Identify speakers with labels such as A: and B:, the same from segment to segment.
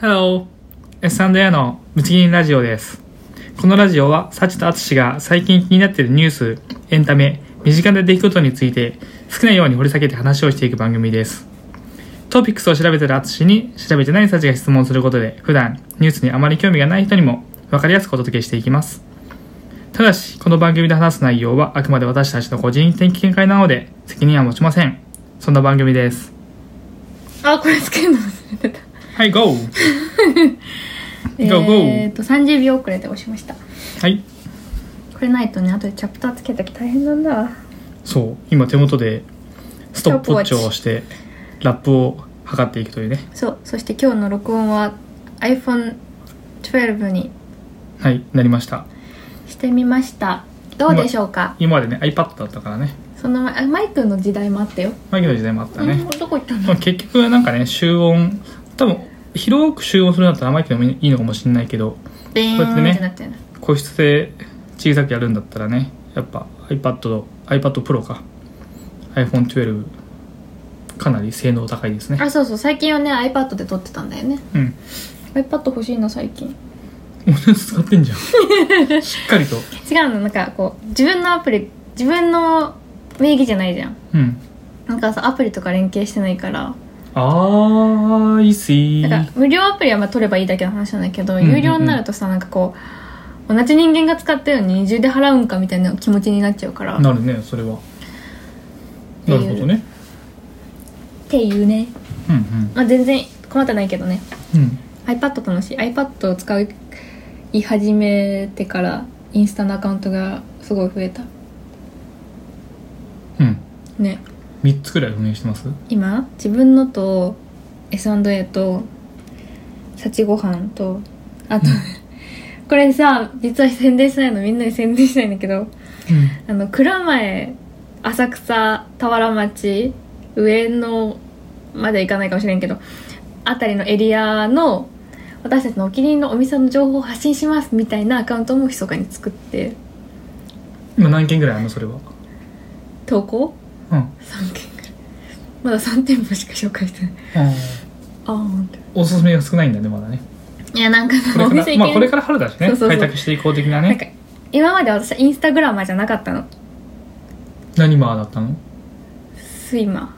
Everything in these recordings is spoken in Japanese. A: Hello! S&A のぶち切りラジオです。このラジオは、サチとアツシが最近気になっているニュース、エンタメ、身近な出来事について、好きなように掘り下げて話をしていく番組です。トピックスを調べているアツシに、調べてないサチが質問することで、普段、ニュースにあまり興味がない人にも、わかりやすくお届けしていきます。ただし、この番組で話す内容は、あくまで私たちの個人的見解なので、責任は持ちません。そんな番組です。
B: あ、これつけるの忘れてた。
A: はい、GO! Go, go.
B: えーっと、30秒遅れで押しました。こ
A: はい。
B: れないとね、後でチャプターつけるとき大変なんだわ。
A: そう今手元でストップウォッチを押してラップを測っていくというね
B: そう、そして今日の録音は iPhone12 に
A: はいなりました
B: してみました。どうでしょうか
A: 今までね iPad だったからね
B: その前あマイクの時代もあったよ。
A: マイクの時代もあったね、
B: うんどこ行った
A: で
B: の
A: も結局なんかね集音多分広く集音するんだったらマイクでもいいのかもしれないけど
B: ベー
A: こうやってね
B: ンってなってる。
A: 個室で小さくやるんだったらねやっぱ iPad と iPad Pro か iPhone12 かなり性能高いですね
B: あ、そうそう、最近はね、iPad で撮ってたんだよね。
A: うん
B: iPad 欲しいな、最近。
A: 同じやつ使ってんじゃん しっかりと
B: 違うの、なんかこう、自分のアプリ、自分の名義じゃないじゃん。
A: うん
B: なんかさ、アプリとか連携してないから。
A: あーいいっすい
B: だから無料アプリはまあ取ればいいだけの話なんだけど、
A: んうんうん
B: 有料になるとさなんかこう同じ人間が使ったように二重で払うんかみたいな気持ちになっちゃうからっ
A: なるねそれは
B: てい
A: な
B: う
A: るほどね
B: ていうね、
A: うん
B: まあ、全然困ってないけどね
A: うんうん
B: iPad 楽しい iPad を使い始めてからインスタのアカウントがすごい増えた
A: うん
B: ね
A: 3つくらい運営してます
B: 今自分のと S&A と幸ご飯とあと これさ実は宣伝したいのみんなに宣伝したいんだけど
A: うん
B: あの蔵前浅草田原町上野まで行かないかもしれんけどあたりのエリアの私たちのお気に入りのお店の情報を発信しますみたいなアカウントも密かに作って
A: 今何件ぐらいあるのそれは
B: 投稿
A: うん
B: 3件ぐらいまだ3店舗しか紹介してない
A: あ
B: あーって
A: ーおすすめが少ないんだねまだね
B: いやなんか
A: こ
B: さ
A: れ
B: お
A: か
B: 店
A: ら
B: 行
A: まあ
B: け
A: こ
B: な
A: れ
B: い
A: から春だしね
B: そうそうそう
A: 開拓していこう的な
B: なん
A: ね
B: か今まで私はインスタグラマーじゃなかったの
A: 何マーだったの
B: スイマ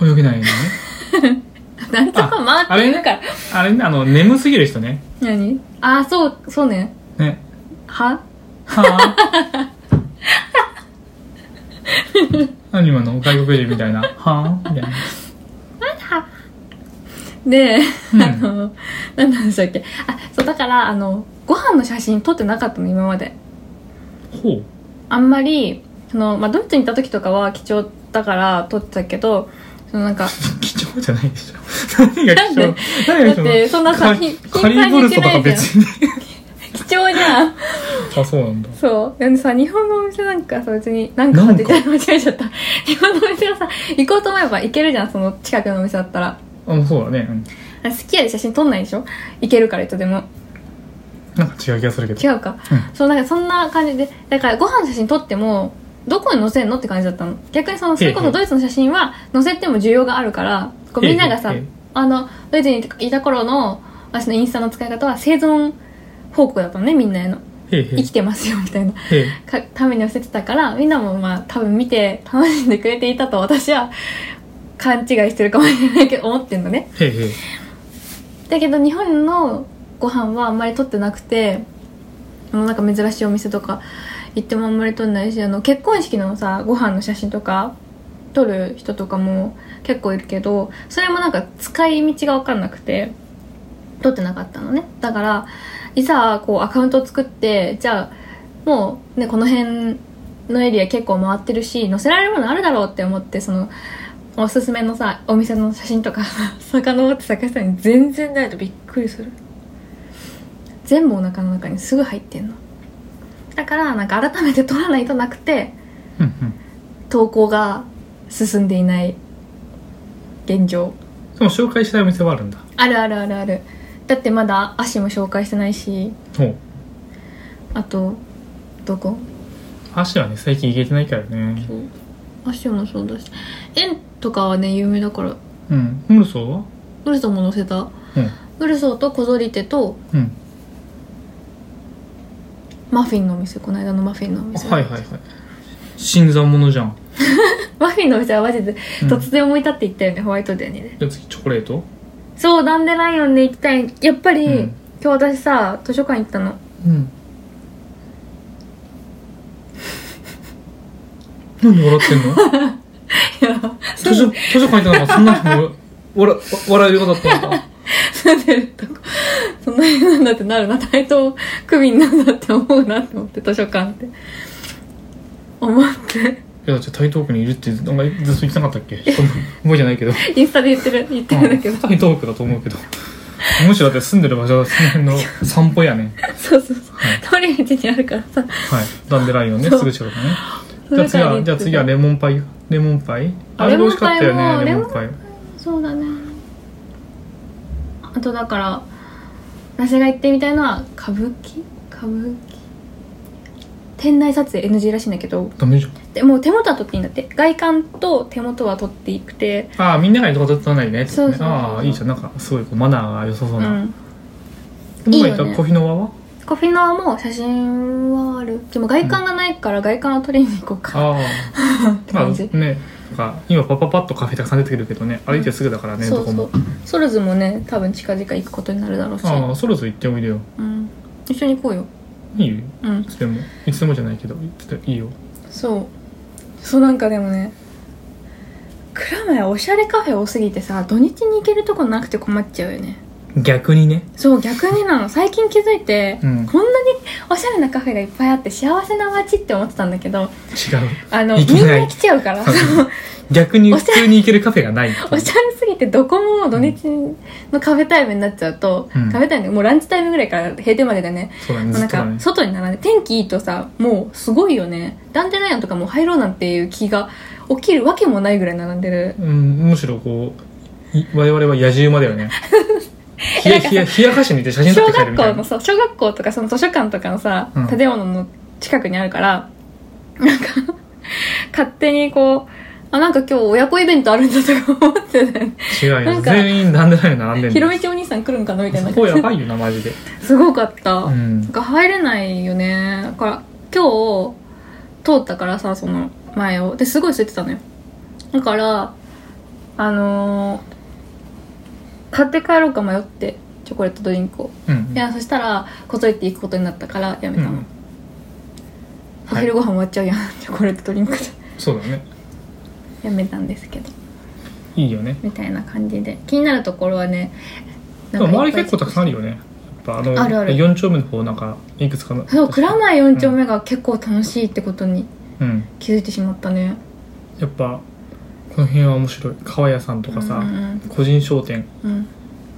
A: 泳げないのね
B: ーなんとかマーって言うから
A: あれねあの眠すぎる人ね
B: 何あーそうそうね
A: ね
B: は
A: はあ 何今の外国人みたいなはあみたいな
B: で、
A: うん
B: あの、何なんでしたっけあ、そう、だから、あの、ご飯の写真撮ってなかったの、今まで。
A: ほう
B: あんまり、その、まあ、ドイツに行った時とかは貴重だから撮ってたけど、そのなんか、
A: 貴重じゃないでしょ何が貴重何が貴重
B: だってそんなさ
A: カ
B: ひ
A: カリーボルトとか別に
B: 貴重じゃ
A: あ
B: ん。
A: そうなんだ
B: そう。なんでさ、日本のお店なんかさ、別に、なんかって言ったら間違えちゃった。日本のお店はさ、行こうと思えば行けるじゃん、その近くのお店だったら。
A: あもうそうだね、うん、
B: あ好きやで写真撮んないでしょ行けるから、いつでも。
A: なんか違う気がするけど
B: 違うか、
A: うん
B: そうなんかそんな感じでだからご飯の写真撮ってもどこに載せんのって感じだったの逆にそのそれこ
A: え
B: そ
A: え
B: ドイツの写真は載せても需要があるからこう
A: ええ
B: みんながさ、
A: ええ
B: あのドイツにいた頃の私のインスタの使い方は生存報告だったのねみんなへの
A: へえ
B: 生きてますよみたいな
A: へえへ
B: かために載せてたからみんなもまあ多分見て楽しんでくれていたと私は勘違いしてるかもしれないけど思ってんのね
A: えへえへえ
B: だけど日本のご飯はあんまり取ってなくてあのなんか珍しいお店とか行ってもあんまり取んないしあの結婚式のさご飯の写真とか撮る人とかも結構いるけどそれもなんか使い道が分かんなくて撮ってなかったのねだからいざこうアカウントを作ってじゃあもうねこの辺のエリア結構回ってるし載せられるものあるだろうって思ってそのおすすめのさお店の写真とか さ遡って探したのに全然ないとびっくりする全部お腹の中にすぐ入ってんのだからなんか改めて撮らないとなくて
A: うんうん
B: 投稿が進んでいない現状
A: でも紹介したいお店はあるんだ
B: あるあるあるあるだってまだ足も紹介してないし
A: ほう
B: あとどこ
A: 足はね最近行けてないからね
B: 足もそうだし円とかはね有名だから
A: うんムルソーは
B: ウルソンも載せた
A: うん
B: ウルソーと小ゾリテと
A: うん
B: マフィンのお店この間のマフィンのお店、
A: はいはいはい新参者じゃん
B: マフィンのお店はマジで
A: うん
B: 突然思い立って行ったよね、ホワイトデーにね
A: で次チョコレート
B: そうダンデライオンで行きたいやっぱり、
A: うん
B: 今日私さ図書館行った の
A: うん何笑ってんの
B: いや
A: 図書図書館行ったのかそんなにも笑笑える方だったのか
B: 住んでるとこそんなになんだってなるな対等区民なんだって思うなって思って図書館って思って
A: いやだって台東区にいるってあんまりずっと言ってなかったっけそんな覚えじゃないけど
B: インスタで言ってる言ってるんだけど、
A: 台東区だと思うけどむしろだって住んでる場所はその辺の散歩やね
B: そうそうそう、
A: はい
B: 通り道にあるからさ
A: はいダンデライオンね
B: そう
A: すぐ近くね
B: そ
A: じゃあ次
B: れから
A: は
B: 言って
A: じゃあ次はレモンパイレモンパイ
B: あ
A: あれ美味しかったよねレ
B: レモ
A: モ
B: ン
A: ン
B: パ
A: パイ
B: そうだねあとだから私が行ってみたいのは歌舞伎歌舞伎店内撮影 NG らしいんだけど
A: ダメじゃん
B: でもう手元は撮っていいんだって外観と手元は撮っていくて
A: ああみんながいるとこ取らないでねって
B: そう
A: ね
B: そうそう
A: ああいいじゃんなんかすごいこうマナーが良さそう
B: う
A: なん僕が
B: いいよ
A: 言っ
B: ね
A: たコフィノワは
B: コフィナはもう写真はあるでも外観がないから外観を撮りに行こうか、
A: ああ
B: って
A: まあ
B: 感じ、
A: ねなんか今パパパッとカフェたくさん出てくるけどね歩いてすぐだからね
B: そ
A: ど
B: う
A: こ
B: そ
A: も
B: うソルズもね多分近々行くことになるだろうし、
A: ああそろそろ行っておいでよ
B: うん、一緒に行こうよ
A: いいよ
B: うん
A: いつでもいつでもじゃないけどいつでもいいよ
B: そうそうなんかでもね蔵前おしゃれカフェ多すぎてさ土日に行けるとこなくて困っちゃうよね
A: 逆にね
B: そう逆になの最近気づいて、
A: うん
B: こんなにおしゃれなカフェがいっぱいあって幸せな街って思ってたんだけど
A: 違う
B: あのみ
A: 行け
B: ん
A: ない
B: な来ちゃうから
A: そう
B: そう
A: 逆に普通に行けるカフェがないっていう
B: おしゃれすぎてどこも土日のカフェタイムになっちゃうと、
A: うん
B: カフェタイムもうランチタイムぐらいから閉店までだね
A: そうだね
B: もう
A: ず
B: な
A: っ
B: ん
A: とだ
B: か
A: ね
B: 外に並んで天気いいとさもうすごいよねダンデライオンとかもう入ろうなんていう気が起きるわけもないぐらい並んでる
A: うんむしろこうい我々は野獣馬だよ ね冷や冷や冷やかしにいて写真撮っ
B: 小
A: て帰る
B: 学
A: みた
B: 校
A: いな
B: のさ小学校とかその図書館とかのさ、
A: うん
B: 建物の近くにあるからなんか勝手にこうあなんか今日親子イベントあるんだとか思ってた よね
A: 違う
B: な
A: よ
B: んか
A: 全員なんでないの並んで ん
B: ひろ
A: の
B: みちお兄さん来るんかなみたいな
A: そこやばいよなマジで、
B: すごかった、
A: う
B: なん
A: ん、
B: か入れないよねだから今日通ったからさその前をですごい空いてたのよだからあのー買って帰ろうか迷ってチョコレートドリンクを
A: うん
B: いやそしたらこぞって行くことになったからや
A: う
B: めたの、
A: ん、
B: お昼ご飯終わっちゃうやん、 チョコレートドリンクで
A: そうだね
B: やめたんですけど
A: いいよね
B: みたいな感じで気になるところはね
A: でも周り結構た
B: 高
A: くさんあるよねやっぱあの
B: あるある
A: 4丁目の方なんかいくつかの
B: そう蔵前4丁目が結構楽しいってことに
A: うん
B: 気づいてしまったね、
A: やっぱこの辺は面白い革屋さんとかさ、
B: うん
A: 個人商店
B: うん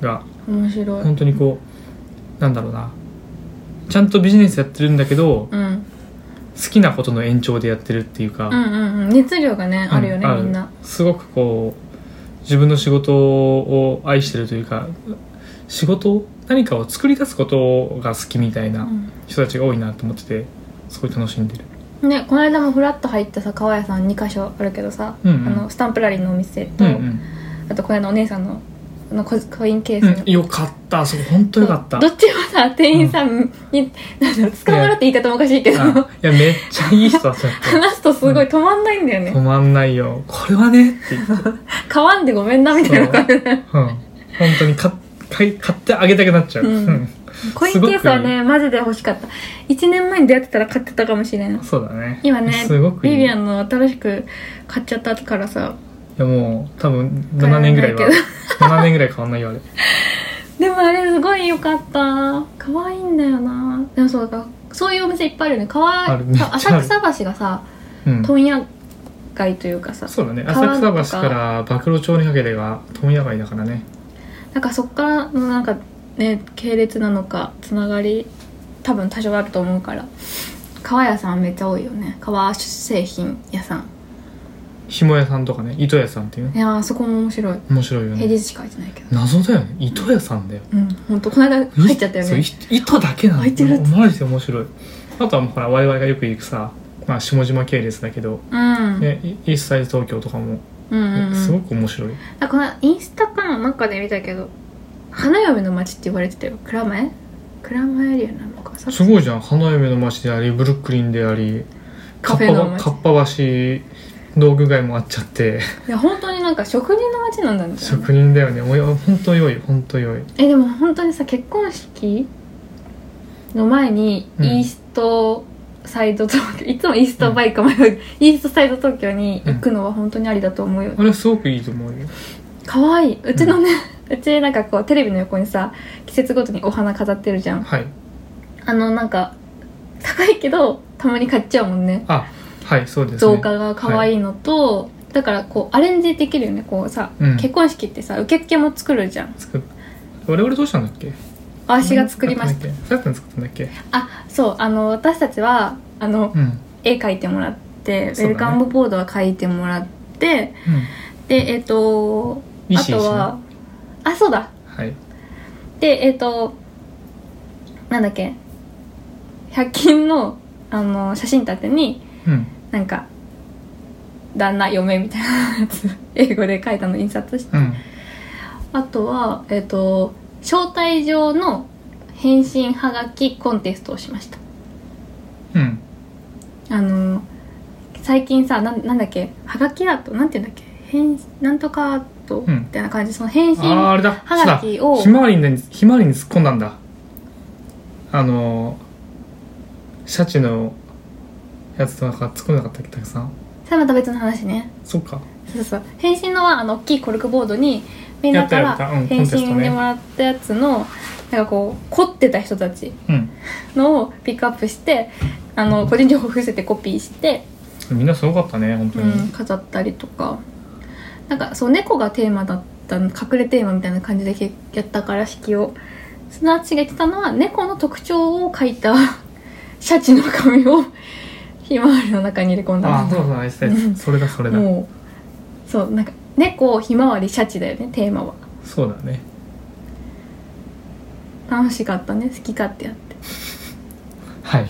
A: が
B: うん、面白い
A: 本当にこうなんだろうなちゃんとビジネスやってるんだけど
B: うん、
A: 好きなことの延長でやってるっていうか、
B: うんうんうん熱量がね、あるよね
A: う
B: みんな
A: すごくこう自分の仕事を愛してるというか仕事を何かを作り出すことが好きみたいうなん人たちが多いなと思っててすごい楽しんでる
B: ねこの間もフラッと入ったさ川屋さん2箇所あるけどさ、
A: うんうん
B: あのスタンプラリーのお店
A: う
B: と、
A: んうん、
B: あとこの間お姉さんのあのココインケースの、
A: うん、よかったあそこ本当よかった
B: どっちもさ店員さんに、なんだろう捕まるって言い方もおかしいけど
A: あいやめっちゃいい人だった
B: 話すとすごい止まんないんだよね、
A: 止まんないよこれはねって言って
B: 買わんでごめんなみたいな感じで
A: うん本当に買買い買ってあげたくなっちゃう、
B: うん
A: うん
B: コインケースはねマジで欲しかった1年前に出会ってたら買ってたかもしれん
A: そうだね
B: 今ね
A: すごくいい
B: ビビアンの新しく買っちゃったからさ
A: いやもう多分7年ぐらい
B: 変
A: は
B: わらな
A: 7年ぐらい変わんないよあれ
B: でもあれすごい良かった可愛いんだよなでもそうだそういうお店いっぱいあるよね川
A: あるめっちゃある
B: 浅草橋がさ
A: うん
B: 問屋街というかさ
A: そうだね
B: 川
A: 浅草橋から暴露町にかけてが富屋街だからね
B: なんかそっからのなんかね系列なのかつながり多分多少あると思うから革屋さんめっちゃ多いよね革製品屋さん
A: 紐屋さんとかね糸屋さんっていう
B: いやーそこも面白い
A: 面白いよ
B: 平
A: ね
B: 日しか入ってないけど
A: 謎だよね糸屋さんだよ
B: うんほんとこの間入っちゃったよ
A: そう
B: ね
A: い糸だけなの
B: 入ってる
A: もうマジで面白いあとはもうほら我々がよく行くさ、まあ、下島系列だけど、
B: うん、
A: ね、イイースタイズ東京とかも、
B: うんうんうん
A: すごく面白い
B: あこのインスタかななんかで見たけど花嫁の町って言われてたよ蔵前蔵前エリアなのかさ
A: すごいじゃん花嫁の街でありブルックリンであり
B: カフェの街
A: かっぱばかっぱ橋道具街もあっちゃって
B: いや本当になんか職人の町なんだみたいな
A: 職人だよねもうよほんと良いほんと良い
B: えでも本当にさ結婚式の前に
A: うん
B: イーストサイド東京、いつもイーストバイか迷う、イーストサイド東京に行くのは本当にありだと思うよ
A: あれすごくいいと思うよ
B: 可愛いいうちのね、うちなんかこうテレビの横にさ季節ごとにお花飾ってるじゃん
A: はい
B: あのなんか高いけどたまに買っちゃうもんね
A: あはいそうですね
B: 造花が可愛いのと、だからこうアレンジできるよねこうさ、
A: うん
B: 結婚式ってさ受付も作るじゃん
A: 作っ我々どうしたんだっけ
B: 私が作りました
A: たさやちゃん作ったんだっけ
B: あそうあの私たちはあの、
A: うん、うん、
B: 絵描いてもらって、ウ
A: そうだね
B: ェルカムボードは描いてもらってでえっ、と
A: いい
B: あ
A: し
B: とはあそうだ
A: はい
B: でえっ、となんだっけ100均のあの写真立てに
A: うん
B: なんか旦那嫁みたいなやつ 英語で書いたの印刷して、
A: うん
B: あとはえっ、と招待状の返信はがきコンテストをしました
A: うん
B: あの最近さなんなんだっけはがきアートなんて言うんだっけ返なんとかアート
A: うん
B: みたいな感じその返信
A: あああれだ
B: はがき
A: そう
B: を
A: だひまわりにひまわりに突っ込んだんだあのーシャチのやつとなんか突っ込んでなかったっけたくさん
B: それまた別の話ね
A: そっか
B: そうそう返信のはあの大きいコルクボードにみんなか
A: やったやったう
B: ら
A: んコ
B: 返信
A: ンテスト
B: で
A: ね
B: もらったやつの、なんかこう凝ってた人たち
A: うん
B: のをピックアップしてあの個人情報伏せてコピーして、
A: みんなすごかったね本当
B: う
A: に、
B: ん、飾ったりとかなんかそう猫がテーマだったの隠れテーマみたいな感じでけやったから式をすなわちが言ってたのは猫の特徴を書いた シャチの紙を ひまわりの中に入れ込んだ
A: あ
B: の
A: あそうそうあいつだ
B: うん
A: それだそれだ
B: もうそうなんか猫ひまわりシャチだよねテーマは
A: そうだね
B: 楽しかったね好き勝手やって
A: はい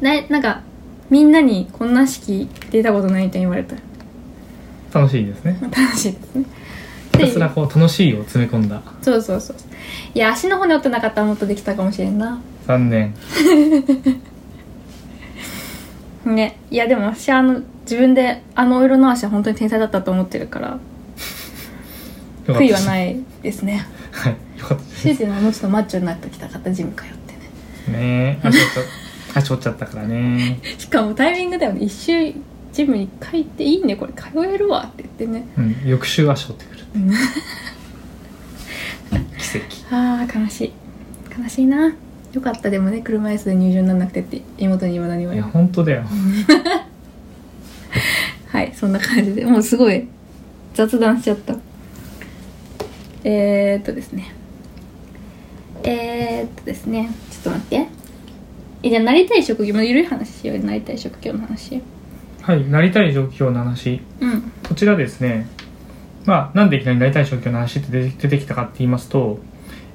B: でなんかみんなにこんな式出たことないって言われた
A: 楽しいですね
B: 楽しいですね
A: ひたすらこう楽しいを詰め込んだ
B: そうそうそういや足の骨折ってなかったらもっとできたかもしれんな
A: 残念
B: ねいやでも私あの自分であのお色直しは本当に天才だったと思ってるから
A: よかった
B: 悔いはいないですね
A: はいよかったです
B: 主人はもうちょっとマッチョになってきたかったジム通ってね
A: ね足折っちゃ足折っちゃったからね
B: しかもタイミングだよね一周ジムに帰っていいねこれ通えるわって言ってね
A: うん翌週足折って くるっていう奇跡
B: あー悲しい悲しいなよかったでもね車椅子で入場にならなくてって妹に今何に言わ
A: い
B: れ
A: や
B: る
A: 本当だよ
B: はいそんな感じでもうすごい雑談しちゃったえー、っとですねえー、っとですねちょっと待ってえじゃあなりたい職業もう緩い話しようよなりたい職業の話
A: はいなりたい状況の話
B: うん
A: こちらですねまあなんでいきなりなりたい状況の話って出て出てきたかって言いますと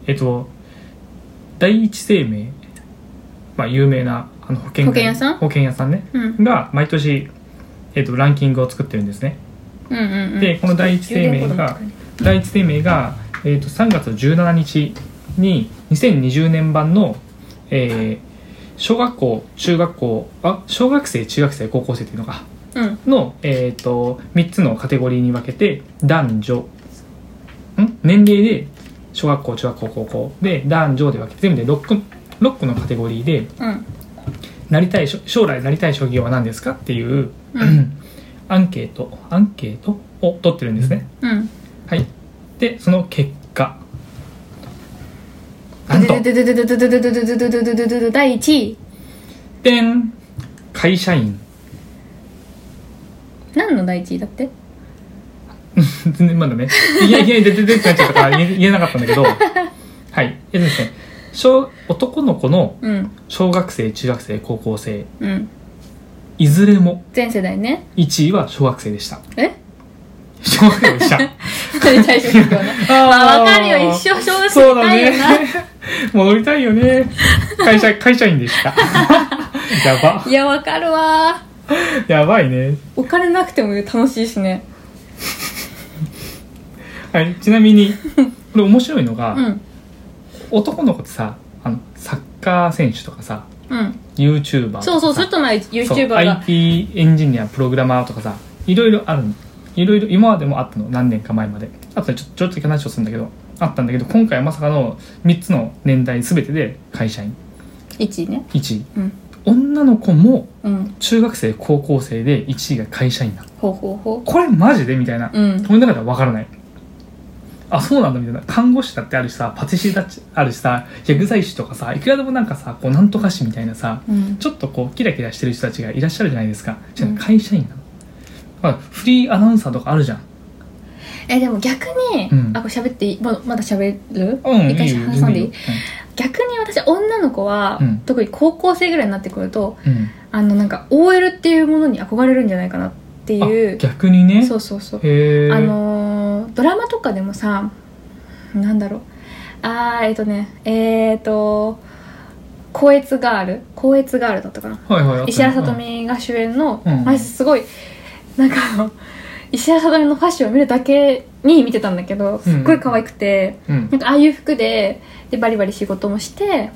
A: えっと第一生命まあ有名なあの保険会
B: 保険屋さん
A: 保険屋さんね
B: うんうん
A: が毎年えっとランキングを作ってるんですね
B: うんうん
A: でこの第一生命が第一生命が、えー、と3月17日に2020年版の、えー小学校中学校あ小学生中学生高校生っていうのか
B: うん
A: の、えー、と3つのカテゴリーに分けて男女ん年齢で小学校中学校高校で男女で分けて全部で 6, 個6個のカテゴリーで
B: うん
A: なりたいしょ将来なりたい職業は何ですかっていう、
B: うん
A: アンケートアンケートを取ってるんですね。
B: うん
A: はい。で、その結果。なんと、
B: でででででででででででででででで第1位
A: でん会社員。
B: 何の第1位だって
A: 全然まだね。いやいや、でででってなっちゃったから言え言えなかったんだけ ど。はい。えっとですね、小男の子の
B: うん
A: 小学生、中学生、高校生、
B: うん
A: いずれも
B: 全世代ね
A: 1位は小学生でした。
B: え
A: 小学生で した。
B: なりたい職 業のまあ、わかるよ、一生小学生
A: そう
B: み
A: だ
B: たいよな。
A: ね。 戻りたいよね。会社、会社員で した。やば。
B: いや、わかるわ。
A: やばいね。
B: お金なくても楽しいしね。
A: はい、ちなみにこで面白いのが、
B: うん
A: 男の子ってさあのサッカー選手とかさ
B: うん、
A: YouTuber とかさ
B: そうそうそれと前 YouTuber
A: そう
B: が
A: IT エンジニアプログラマーとかさいろいろあるのいろいろ今までもあったの何年か前まであとでちょちょっとだけ話をするんだけどあったんだけど今回はまさかの3つの年代全てで会社員
B: 1位ね
A: 1位
B: うん
A: 女の子も
B: うん
A: 中学生高校生で1位が会社員なの
B: ほうほうほ
A: これマジでみたいな、
B: ううん
A: この中では分からないあそうなんだみたいな看護師だってあるしさパティシエだってあるしさ薬剤師とかさいくらでもなんかさこうなんとか師みたいなさ
B: うん
A: ちょっとこうキラキラしてる人たちがいらっしゃるじゃないですかじゃあ
B: うん
A: 会社員なの、まあ、フリーアナウンサーとかあるじゃん
B: えでも逆に、
A: うん
B: あこれ喋っていいままだ喋る、
A: うん
B: 一
A: い
B: 回
A: いよ
B: 挟んでい
A: 全
B: い逆に私女の子は、
A: うん
B: 特に高校生ぐらいになってくると
A: 然いいよ
B: あのなんか OL っていうものに憧れるんじゃないかなって
A: うん
B: い
A: あ
B: う
A: 逆にね
B: そうそうそう
A: へえ
B: あのードラマとかでもさなんだろうあーえっ、とねえっ、と「光悦ガール」「光悦ガール」だったかな
A: はいはいあったね
B: 石原さとみが主演の、
A: うん
B: あれすごいなんかあの石原さとみのファッションを見るだけに見てたんだけどすっごい可愛くて、
A: うん
B: なんかああいう服ででバリバリ仕事もして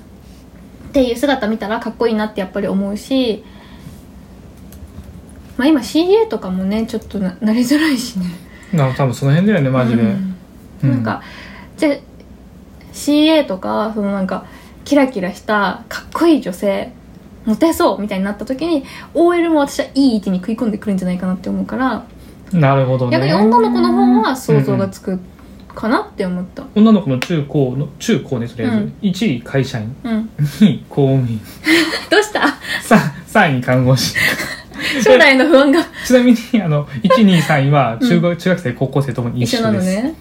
B: っていう姿見たらかっこいいなってやっぱり思うし、まあ、今 CA とかもねちょっとななりづらいしね
A: なんか多分その辺だよねマジで、
B: うん
A: う
B: なんかじゃあ CA とかそのなんかキラキラしたかっこいい女性モテそうみたいになった時に OL も私はいい位置に食い込んでくるんじゃないかなって思うから
A: なるほどね
B: 逆に女の子の方は想像がつくかなって思った
A: 女の子の中高の中高ねとりあえず、
B: うん
A: 1位会社員
B: うん、
A: 2位公務員
B: どうした
A: 3, 3位看護師
B: 将来の不安が
A: ちなみにあの123位は中学,、中学生高校生ともに
B: 一
A: 一
B: 緒
A: 緒
B: なの
A: です
B: ね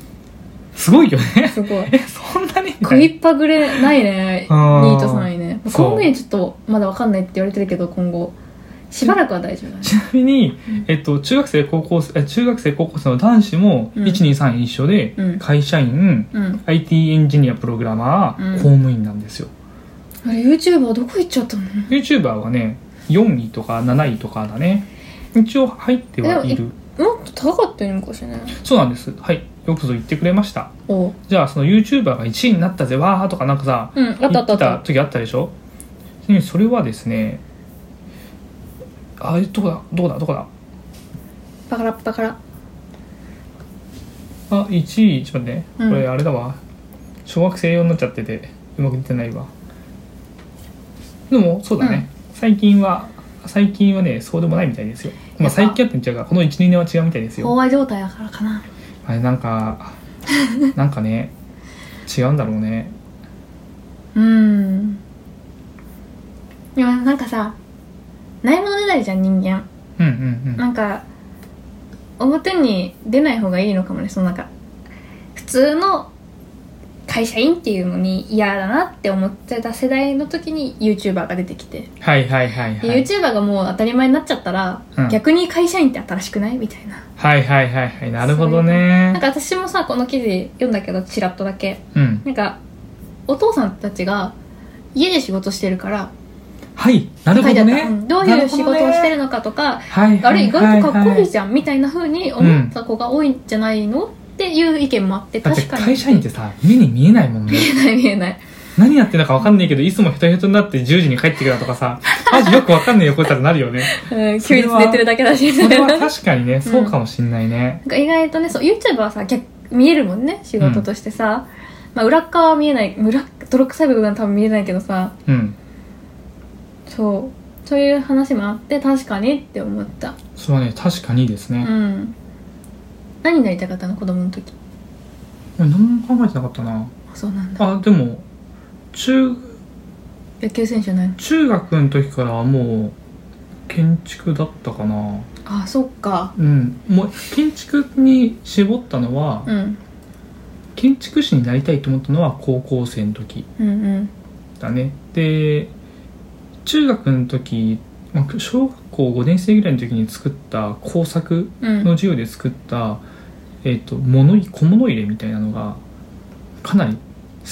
A: すごいよね
B: すごい
A: えそんなに
B: 食いっぱぐれないね
A: あー
B: 2位と3位ね
A: そう
B: 今後にちょっとまだわかんないって言われてるけど今後しばらくは大丈夫だね
A: ちなみに、えっと、中学生高校生え中学生高校生の男子も
B: うん
A: 123、一緒で、
B: うん
A: 会社員、
B: うん、
A: IT エンジニアプログラマー、
B: うん
A: 公務員なんですよ
B: あれ YouTuber どこ行っちゃったの
A: YouTuber はね4位とか7位とかだね一応入ってはい
B: えで
A: る
B: もっと高かったよね昔ね
A: そうなんですはいよくぞ言ってくれました
B: おう
A: じゃあその YouTuber が1位になったぜわーとかなんかさ
B: うんあったあった
A: 言っ
B: あっ
A: て
B: た
A: 時あったでしょちなみにそれはですねあえどこだどこだどこだ
B: パカラパカラ
A: あ1位ちょっと待ってね、
B: うん
A: これあれだわ小学生用になっちゃっててうまく出てないわでもそうだね、最近は最近はねそうでもないみたいですよまあ
B: やっぱ
A: 最近やってんちゃうからこの12年は違うみたいです
B: 飽
A: よ
B: 和状態やからかな
A: あれなん かなんかね違うんだろうね
B: うんでもなんかさないものねだりじゃん人間
A: うんうんうん
B: なんか表に出ない方がいいのかもねそのなんか普通の会社員っていうのに嫌だなって思ってた世代の時に YouTuber が出てきて、
A: はいはいはいは
B: で
A: い
B: YouTuber がもう当たり前になっちゃったら、
A: うん
B: 逆に会社員って新しくないみたいな
A: はいはいはいはいなるほどね
B: なんか私もさこの記事読んだけどチラッとだけ
A: うん
B: なんかお父さんたちが家で仕事してるから
A: はいなる
B: 書
A: ほ
B: いてあ
A: ど
B: った
A: ね、
B: うんどういう仕事をして
A: る
B: るのかとか、
A: はい
B: あ
A: は
B: れ
A: い
B: 意
A: はいはい
B: 外とかっこいいじゃんみたいな風に思った子が多いんじゃないの、っていう意見もあって
A: だっ
B: 確
A: て
B: かに
A: 会社員ってさ目に見えないもんね
B: 見えない見えない
A: 何やってんだか分かんないけどいつもヘトヘトになって10時に帰ってくるなとかさマジよく分かんないよこいつらなるよね
B: うん
A: そ
B: 休
A: れ
B: 日
A: は
B: 寝てるだけだし
A: そ
B: み
A: れ
B: たい
A: は
B: ななんか
A: 確かにね、そうかもしんないね
B: 意外とねそう YouTube はさ逆見えるもんね仕事としてさ、まあ、裏っ側は見えない裏泥臭い部分は多分見えないけどさ
A: うん
B: そうそういう話もあって確かにって思った
A: それはね確かにです
B: う
A: ね、
B: ん何になりたかったの子供の時
A: 何も考えてなかったな
B: あそうなんだ
A: あでも中
B: 野球選手じゃないの
A: 中学の時からはもう建築だったかな
B: あそっか
A: うんもう建築に絞ったのは、
B: うん
A: 建築士になりたいと思ったのは高校生の時
B: うんうん
A: だねで中学の時、まあ、小学校5年生ぐらいの時に作った工作
B: うん
A: の授業で作った、えっと物入小物入れみたいなのがかなり好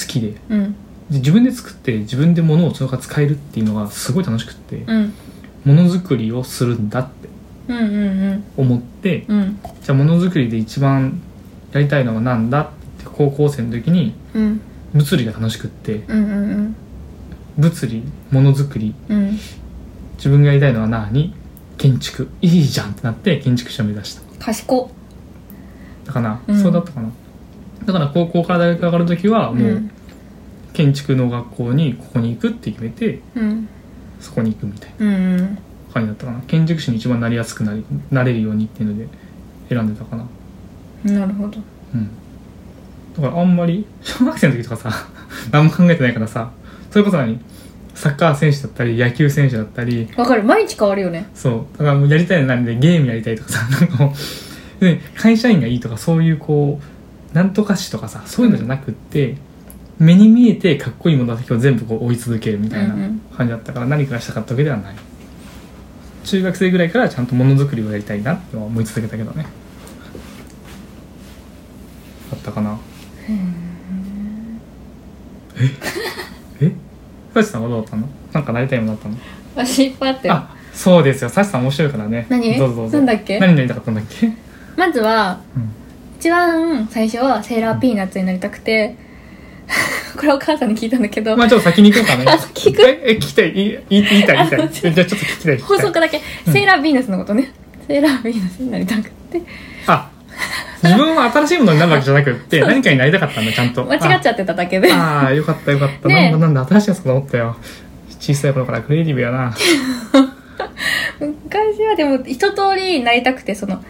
A: きでで
B: うん
A: 自分で作って自分で物をそれから使えるっていうのがすごい楽しくって
B: うん
A: ものづくりをするんだって
B: うんうん
A: 思って
B: うんうん
A: じゃあものづくりで一番やりたいのは何だって言っで高校生の時に
B: うん
A: 物理が楽しくって
B: うんうん
A: 物理ものづくり
B: うんうん
A: 自分がやりたいのは何建築いいじゃんってなって建築士を目指した
B: 賢っ
A: だから、
B: うん
A: そうだったかなだから高校から大学上がる時はもう建築の学校にここに行くって決めて
B: うん
A: そこに行くみたいな
B: うんうん
A: 感じだったかな建築士に一番なりやすくなりなれるようにっていうので選んでたかな
B: うんなるほど
A: うんだからあんまり小学生の時とかさ 何も考えてないからさそれこそ何サッカー選手だったり野球選手だったり
B: わかる毎日変わるよね
A: そうだからもうやりたいのなんでゲームやりたいとかさ なんかもうで会社員がいいとかそういうこうなんとかしとかさそういうのじゃなくって、目に見えてかっこいいものだけを全部こう追い続けるみたいな
B: うんうん
A: 感じだったから、何かがしたかったわけではない中学生ぐらいからちゃんとものづくりをやりたいなって思い続けたけどねあったかなえ えサチさんはどうだったのなんかなりたいものだったの
B: 私いっぱいあったよ
A: あそうですよサチさん面白いからね
B: 何
A: どうぞどうぞ
B: なんだっけ
A: 何になりたかったんだっけ
B: まずは
A: うん
B: 一番最初はセーラーピーナッツになりたくて これお母さんに聞いたんだけど
A: まあちょっと先に行こうかね。
B: あ先行く
A: え、え聞きたい。いい言いたい、言いたい。じゃあちょっと聞きたい。聞きたい
B: 法則だけセーラーヴィーナスのことねセーラーヴィーナスになりたくて
A: あ、自分は新しいものになるわけじゃなくって、何かになりたかったんだ、ちゃんと。
B: 間違っちゃってただけで
A: あああ、よかったよかった。
B: ねえ
A: なんだなんだ、新しいやつかと思ったよ。小さい頃からクリエイティブやな。
B: 昔はでも一通りなりたくてその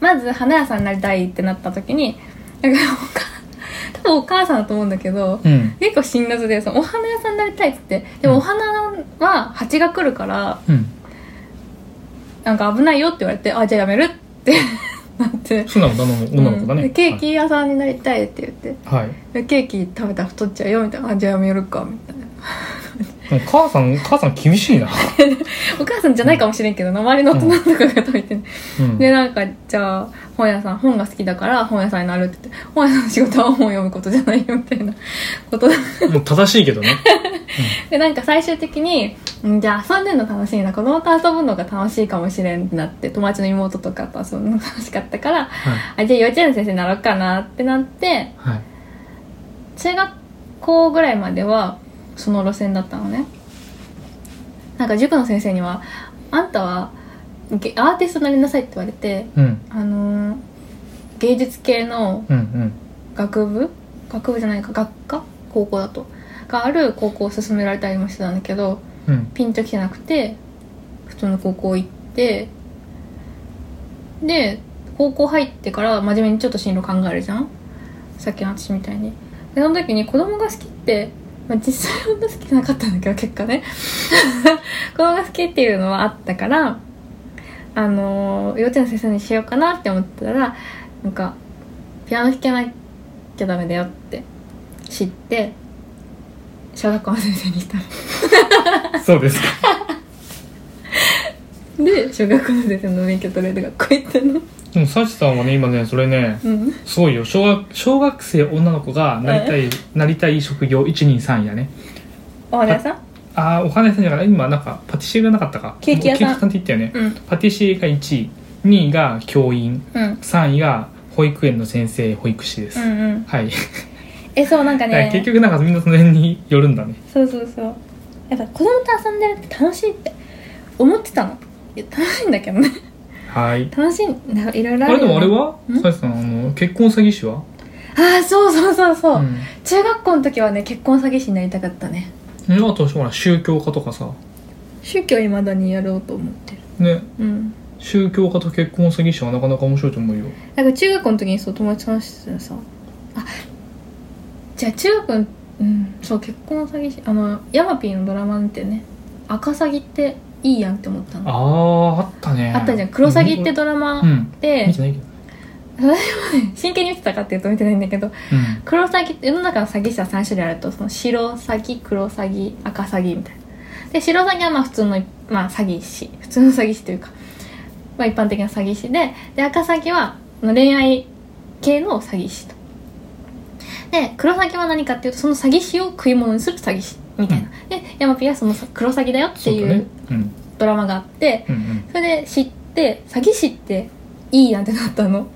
B: まず花屋さんになりたいってなった時になんかお母多分お母さんだと思うんだけど、
A: うん。
B: 結構辛辣でそのお花屋さんになりたいっつってでも
A: うん
B: お花は蜂が来るから
A: うん。
B: なんか危ないよって言われてあじゃあやめるって なって
A: そうなの、女の子女の子だ
B: うんで
A: ね。
B: ケーキ屋さんになりたいって言って
A: はい。はい。
B: でケーキ食べたら太っちゃうよみたいなあじゃあやめるかみたいな
A: でも母さん、母さん厳しいな。
B: お母さんじゃないかもしれんけどな周りの大人とかが食べてる
A: うん。
B: でなんかじゃあ本屋さん本が好きだから本屋さんになるって言って本屋さんの仕事は本を読むことじゃないよみたいな ことだ
A: もう正しいけどね。
B: でなんか最終的にんじゃあ遊んでるの楽しいな子供と遊ぶのが楽しいかもしれんってなって友達の妹とかと遊ぶの楽しかったから
A: はい。
B: あじゃあ幼稚園の先生になろうかなってなって
A: はい。
B: 中学校ぐらいまではその路線だったのねなんか塾の先生には「あんたはげアーティストになりなさい」って言われて
A: うん。
B: あのー芸術系の
A: うんうん。
B: 学部学部じゃないか学科高校だとがある高校を勧められたりもしてたんだけど
A: うん。
B: ピンときてなくて普通の高校行ってで高校入ってから真面目にちょっと進路考えるじゃんさっきの私みたいにでその時に子供が好きって、まあ、実際そんな好きじゃなかったんだけど結果ね 子供が好きっていうのはあったからあのー幼稚園の先生にしようかなって思ってたらなんかピアノ弾けなきゃダメだよって知って小学校の先生にしたの
A: そうですか。
B: で小学校の先生の免許取れる学校行ったの
A: でも、サチさんはね、今ね、それね、
B: うん
A: すごいよ小学小学生女の子がなりたい、なりたい職業123やね
B: お花屋さん
A: ああお花屋さんじゃない今なんかパティシエがなかったか
B: ケーキ屋さん
A: ケーキ屋さんって言ったよね、
B: うん
A: パティシエが1位2位が教員
B: うん
A: 3位が保育園の先生保育士で
B: う
A: す、
B: んうん
A: はい、
B: えそうなんか ね
A: 結局なんかみんなその辺によるんだね
B: そうそうそうやっぱ子供と遊んでるって楽しいって思ってたのいや楽しいんだけどね
A: はい
B: 楽しいなんかいろいろ
A: あ
B: あるよ
A: れでもあれ
B: ね
A: は
B: ん
A: サイさんあの結婚詐欺師は
B: ああそうそうそうそう、
A: ん
B: 中学校の時はね結婚詐欺師になりたかったね
A: ねあとほら宗教家とかさ
B: 宗教いまだにやろうと思ってる
A: ね
B: うん
A: 宗教家と結婚詐欺師はなかなか面白いと思うよ
B: なんか中学校の時にそう友達と話してたらさあじゃあ中学のうんそう結婚詐欺師あのヤマピーのドラマ見てね赤詐欺っていいやんって思ったのあ
A: ああーあったね
B: ったじゃん黒詐欺ってドラマ
A: うん
B: で、
A: 見てないけど
B: 真剣に見てたかっていうと見てないんだけど
A: うん
B: 黒詐欺って世の中の詐欺師は3種類あるとその白詐欺黒詐欺赤詐欺みたいなで白詐欺はまあ普通の、まあ、詐欺師普通の詐欺師というか、 まあ、一般的な詐欺師でで赤詐欺はあの恋愛系の詐欺師とで黒詐欺は何かっていうとその詐欺師を食い物にする詐欺師みたいな、でヤマピーはその黒詐欺だよってい
A: そうだ
B: う
A: ねうん
B: ドラマがあって
A: うんうん
B: それで知って詐欺師っていいやんってなったの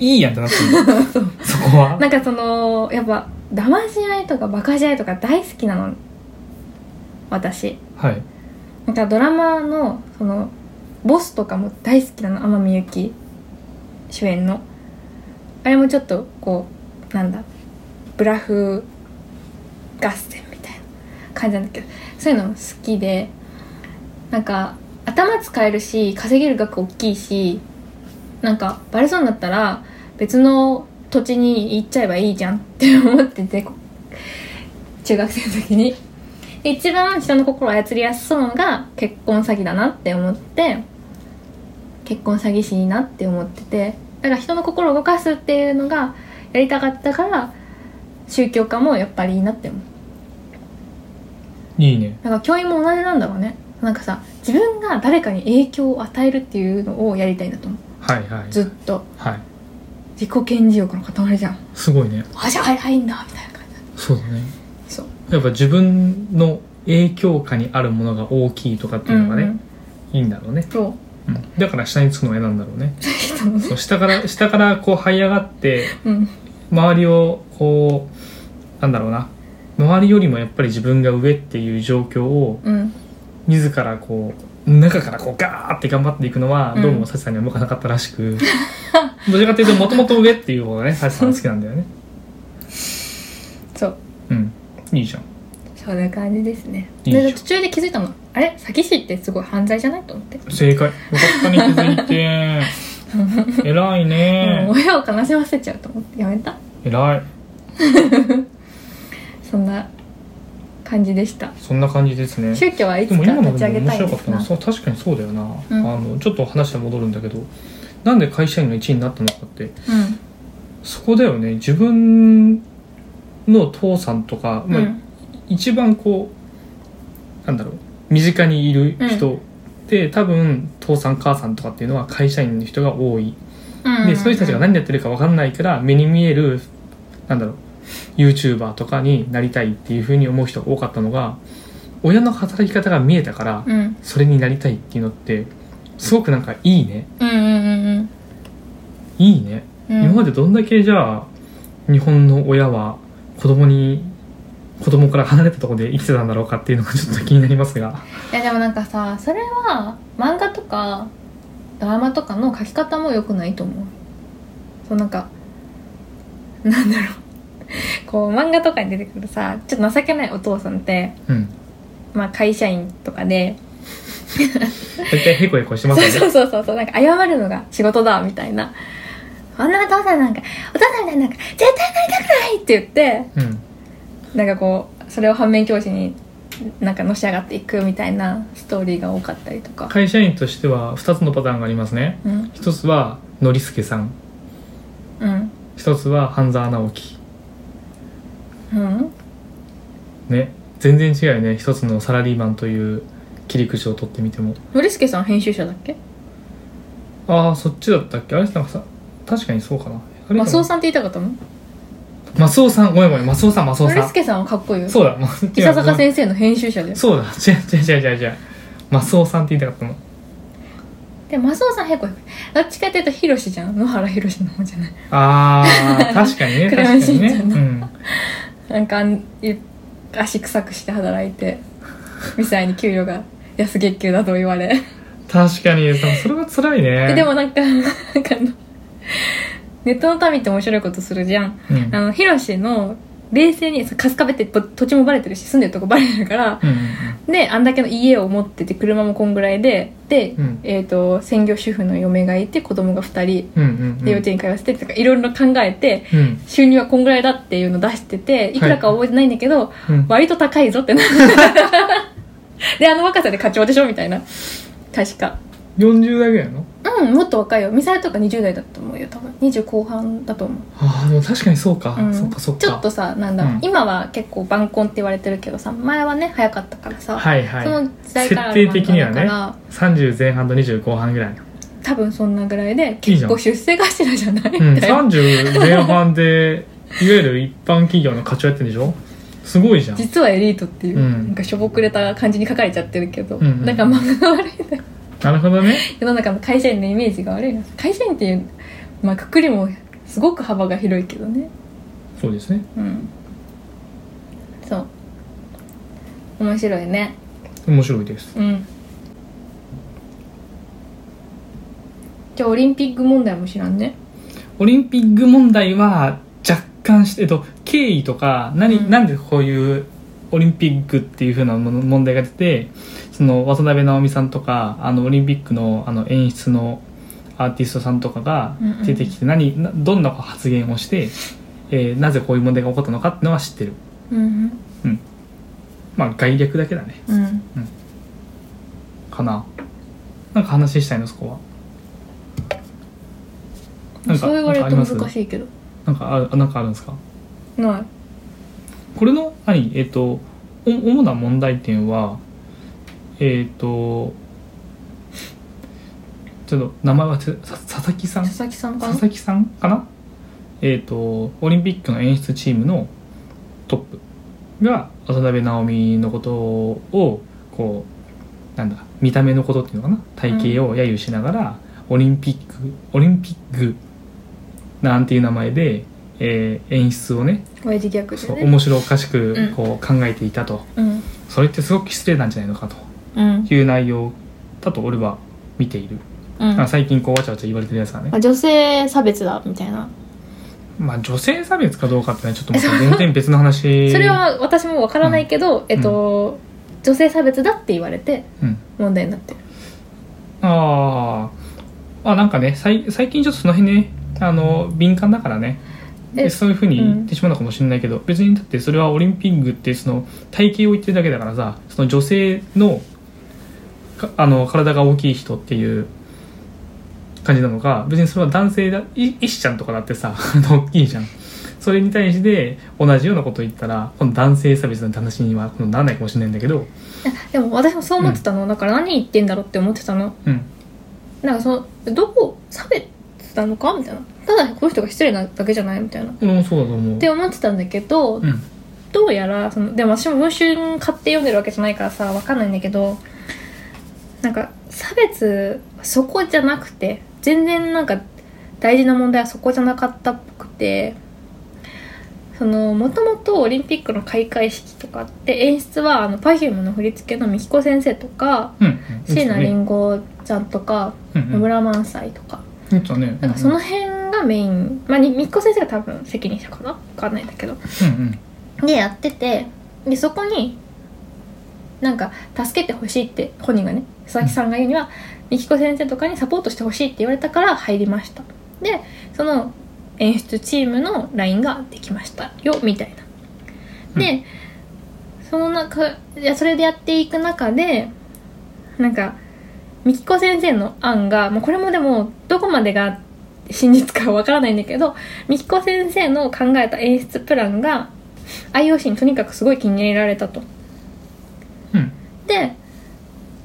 A: いいやんってなってる そこは
B: なんかそのやっぱ騙し合いとかバカし合いとか大好きなの私
A: はい
B: なんかドラマのそのボスとかも大好きなの天海祐希主演のあれもちょっとこうなんだブラフ合戦みたいな感じなんだけどそういうの好きでなんか頭使えるし稼げる額大きいしなんかバレそうになったら別の土地に行っちゃえばいいじゃんって思っててこ中学生の時にで一番人の心を操りやすそうなのが結婚詐欺だなって思って結婚詐欺師になって思っててだから人の心を動かすっていうのがやりたかったから宗教家もやっぱりいいなって思う
A: いいね
B: だから教員も同じなんだろうねなんかさ自分が誰かに影響を与えるっていうのをやりたいんだと思う
A: はいはい
B: ずっと
A: はい
B: 自己顕示欲の塊じゃん
A: すごいね
B: あじゃあ偉いんだみたいな感じ
A: そうだね
B: そう
A: やっぱ自分の影響下にあるものが大きいとかっていうのがね、
B: うんうん
A: いいんだろうね、
B: そう
A: うんだから下につくのが嫌なんだろ うね
B: そういう人もね
A: そう下から下からこう這い上がって
B: うん
A: 周りをこうなんだろうな周りよりもやっぱり自分が上っていう状況を
B: うん
A: 自らこう中からこうガーって頑張っていくのは
B: うん
A: どうもサチさんには向かなかったらしく、 どちらかというともともと上っていう方がねサチさんは好きなんだよね
B: そう
A: うんいいじゃん
B: そんな感じですね
A: いいでしょ
B: で途中で気づいたのあれ詐欺師ってすごい犯罪じゃないと思って、
A: 正解よかったに気づいて偉い
B: も
A: ね
B: う親を悲しませちゃうと思ってやめた
A: 偉い
B: そんな感じでした
A: そんな感じですね
B: 宗教はい
A: で
B: つ
A: も
B: か
A: 今の
B: 立
A: で
B: ち上
A: も面
B: げたい
A: 白
B: で
A: かっ
B: す
A: たな
B: な
A: そう確かにそうだよな、
B: ん
A: あのちょっと話は戻るんだけどなんで会社員が1位になったのかって
B: うん
A: そこだよね自分の父さんとか、まあ
B: うん
A: 一番こうなんだろう身近にいる人、で多分父さん母さんとかっていうのは会社員の人が多いでそういう人たちが
B: ね
A: 何やってるか分かんないから目に見えるなんだろう YouTuber とかになりたいっていうふうに思う人が多かったのが親の働き方が見えたから
B: うん
A: それになりたいっていうのってすごくなんかいいね
B: うんうんうん
A: いいね、
B: うん
A: 今までどんだけじゃあ日本の親は子供に子供から離れたところで生きてたんだろうかっていうのがちょっと気になりますが
B: いやでもなんかさそれは漫画とかドラマとかの書き方も良くないと思うそうなんかなんだろうこう漫画とかに出てくるさちょっと情けないお父さんって
A: うん
B: まあ会社員とかで
A: 大体ヘコヘコしてますよね
B: そうそうそうそうなんか謝るのが仕事だみたいなあんなお父さんなんかお父さんみたいになんか絶対なりたくないって言って
A: うん
B: なんかこうそれを反面教師になんかのし上がっていくみたいなストーリーが多かったりとか、
A: 会社員としては2つのパターンがありますね
B: うん
A: 一つはノリスケさん
B: うん
A: 一つは半沢直樹
B: うん
A: ね全然違うよね一つのサラリーマンという切り口を取ってみても
B: ノリスケさん編集者だっけ
A: ああそっちだったっけあれなんかさ確かにそうかなあれ
B: マスオ
A: ん
B: さんって言いたかったの
A: マスオさんごめんごめんマスオさんマスオ
B: ノリ
A: さ
B: ス
A: ん
B: ケさんはかっこいいよ
A: そうだマス
B: 伊佐坂先生の編集者で
A: そうだ違う違う違う違う違うマスオさんって言いたかったの
B: でマスオさんへこへこどっちかっていうとヒロシじゃん野原ヒロシの方じゃない
A: あ ー確かにね
B: ク
A: 確
B: レ
A: か
B: ヨンし
A: に
B: んち
A: ね
B: ゃん
A: うん
B: なんかあんい足臭くして働いてみさいに給料が安月給だと言われ
A: 確かにそうそれは辛いね
B: ででもなんかなんかあのネットの民って面白いことするじゃん
A: うん
B: あのヒロシの冷静にそう春日部ってぼ土地もバレてるし住んでるとこバレてるから
A: うんうん
B: であんだけの家を持ってて車もこんぐらいでで、
A: うん
B: えー、と専業主婦の嫁がいて子供が2人
A: うんうんうん
B: で幼稚園通わせてとかいろいろ考えて
A: うん
B: 収入はこんぐらいだっていうの出してていくらかは覚えてないんだけど、
A: うん
B: 割と高いぞってな であの若さで課長でしょみたいな確か
A: 40代ぐらいなの
B: うんもっと若いよミサイとか20代だと思うよ多分20後半だと思う
A: ああでも確かにそうか、
B: うん
A: そっかそっか
B: ちょっとさなんだろう、
A: うん
B: 今は結構晩婚って言われてるけどさ前はね早かったからさ、
A: はいはい
B: その時代から
A: 設定
B: の
A: 的には
B: 漫画だ
A: ね
B: から
A: 30前半と20後半ぐ らい
B: 多分そんなぐらい
A: い
B: で
A: いじ
B: 結
A: ゃん
B: 構出世頭じゃないみ
A: うん、
B: たいな、
A: 30前半でいわゆる一般企業の課長やってるんでしょすごいじゃん
B: 実はエリートっていう、
A: うん
B: なんかしょぼくれた感じに書かれちゃってるけど、
A: うんうん
B: なんか漫画が悪いな
A: なるほどね
B: 世の中の会社員のイメージが悪いな会社員っていうまあくくりもすごく幅が広いけどね
A: そうですね
B: うんそう面白いね
A: 面白いです
B: うんじゃあオリンピック問題も知らんね
A: オリンピック問題は若干して、えっと、経緯とか何、
B: うん
A: なんでこういうオリンピックっていう風なもの問題が出てその渡辺直美さんとかあのオリンピックのあの演出のアーティストさんとかが
B: うんうん
A: 出てきて何、などんな発言をして、えーなぜこういう問題が起こったのかっていうのは知ってる
B: うん
A: まあ概略だけだね
B: うんうん
A: かななんか話したいのそこはなんか
B: そう言われると
A: なんかあり
B: 難
A: ます
B: しいけど
A: なんかあるなんかあるんですか
B: ない
A: これの何えっ、とお主な問題点はえっ、とちょっと名前はちょさ佐々木さん
B: 佐々木さんか
A: 佐
B: な
A: 々木さんかなえっ、とオリンピックの演出チームのトップが渡辺直美のことをこうなんだ見た目のことっていうのかな体型を揶揄しながら、オリンピックオリンピックなんていう名前で、えー演出をね
B: 親父ギャグ
A: そ
B: で
A: う
B: ね
A: 面白おかし
B: う
A: く
B: ん
A: こう考えていたと、
B: うん
A: それってすごく失礼なんじゃないのかと
B: うん
A: いう内容だと俺は見ている、
B: うん
A: あ最近こうわちゃわちゃ言われてるやつだね、
B: あ女性差別だみたいな
A: まあ女性差別かどうかってのはちょっとまた全然別の話
B: それ、は私もわからないけど、えっと、女性差別だって言われて
A: うん、
B: 問題になってる
A: あーまあなんかねさい最近ちょっとその辺ねあの敏感だからね
B: え
A: そういうふうに言ってしまうのかもしれないけど、別にだってそれはオリンピックってその体型を言ってるだけだからさその女性のかあの体が大きい人っていう感じなのか別にそれは男性だい石ちゃんとかだってさあの大きいじゃんそれに対して同じようなこと言ったらこの男性差別の話にはこのならないかもしれないんだけど
B: でも私もそう思ってたの、だから何言ってんだろうって思ってたの
A: うん
B: なんかそのどこ差別なのかみたいなただこの人が失礼なだけじゃないみたいなっ
A: うんそうだと思う
B: て思ってたんだけど、
A: うん
B: どうやらそのでも私も文春買って読んでるわけじゃないからさわかんないんだけどなんか差別はそこじゃなくて全然なんか大事な問題はそこじゃなかったっぽくてそのもともとオリンピックの開会式とかって演出はあの Perfume の振り付けのみきこ先生とか
A: うんうん
B: 椎名林
A: ン
B: 檎ちゃんとか
A: うん
B: 野村萬斎とか
A: うんそうだね
B: なんかその辺がメインまあにみっこ先生が多分責任者かなわかんないんだけど
A: うん
B: でやっててでそこになんか助けてほしいって本人がね佐々木さんが言うにはみきこ先生とかにサポートしてほしいって言われたから入りましたでその演出チームの LINE ができましたよみたいなで、その中いやそれでやっていく中でなんかみきこ先生の案がもうこれもでもどこまでが真実かわからないんだけどみきこ先生の考えた演出プランが IOC にとにかくすごい気に入られたと
A: うんうん
B: で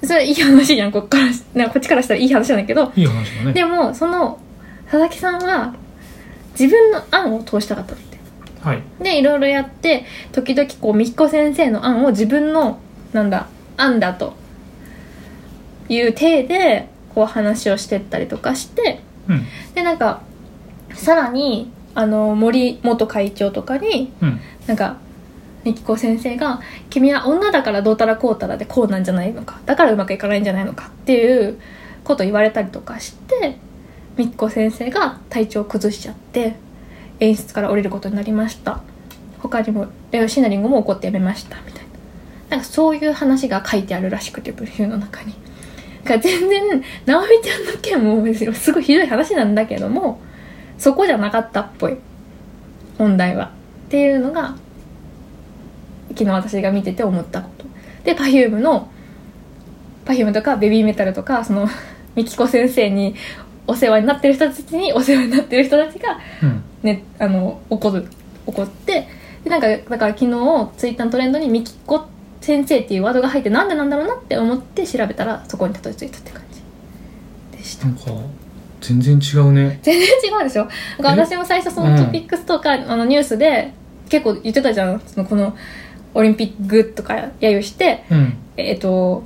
B: それいい話じゃんこっからなんかこっちからしたらいい話なんだけど
A: いい話だね
B: でもその佐々木さんは自分の案を通したかったって
A: はい
B: でいろいろやって時々こうみきこ先生の案を自分のなんだ案だという体でこう話をしてったりとかして
A: うん
B: でなんかさらにあの森元会長とかに
A: うん
B: なんかみきこ先生が「君は女だからどうたらこうたらでこうなんじゃないのかだからうまくいかないんじゃないのか」っていうことを言われたりとかしてみきこ先生が体調を崩しちゃって演出から降りることになりました他にもレオシナリングも怒ってやめましたみたいななんかそういう話が書いてあるらしくて文集の中に。だから全然直美ちゃんの件も別にすごいひどい話なんだけどもそこじゃなかったっぽい問題はっていうのが昨日私が見てて思ったことで Perfume の Perfume とかベビーメタルとかその みきこ先生にお世話になってる人たちにお世話になってる人たちが、
A: うん
B: ね、あの怒る怒ってでなんかだから昨日ツイッターのトレンドに「みきこ先生」っていうワードが入ってなんでなんだろうなって思って調べたらそこにたどり着いたって感じでした
A: なんか全然違うね
B: 全然違うでしょなんか私も最初その
A: うん
B: トピックスとか、あのニュースで結構言ってたじゃんそのこのオリンピックとか揶揄して
A: うん
B: えっ、と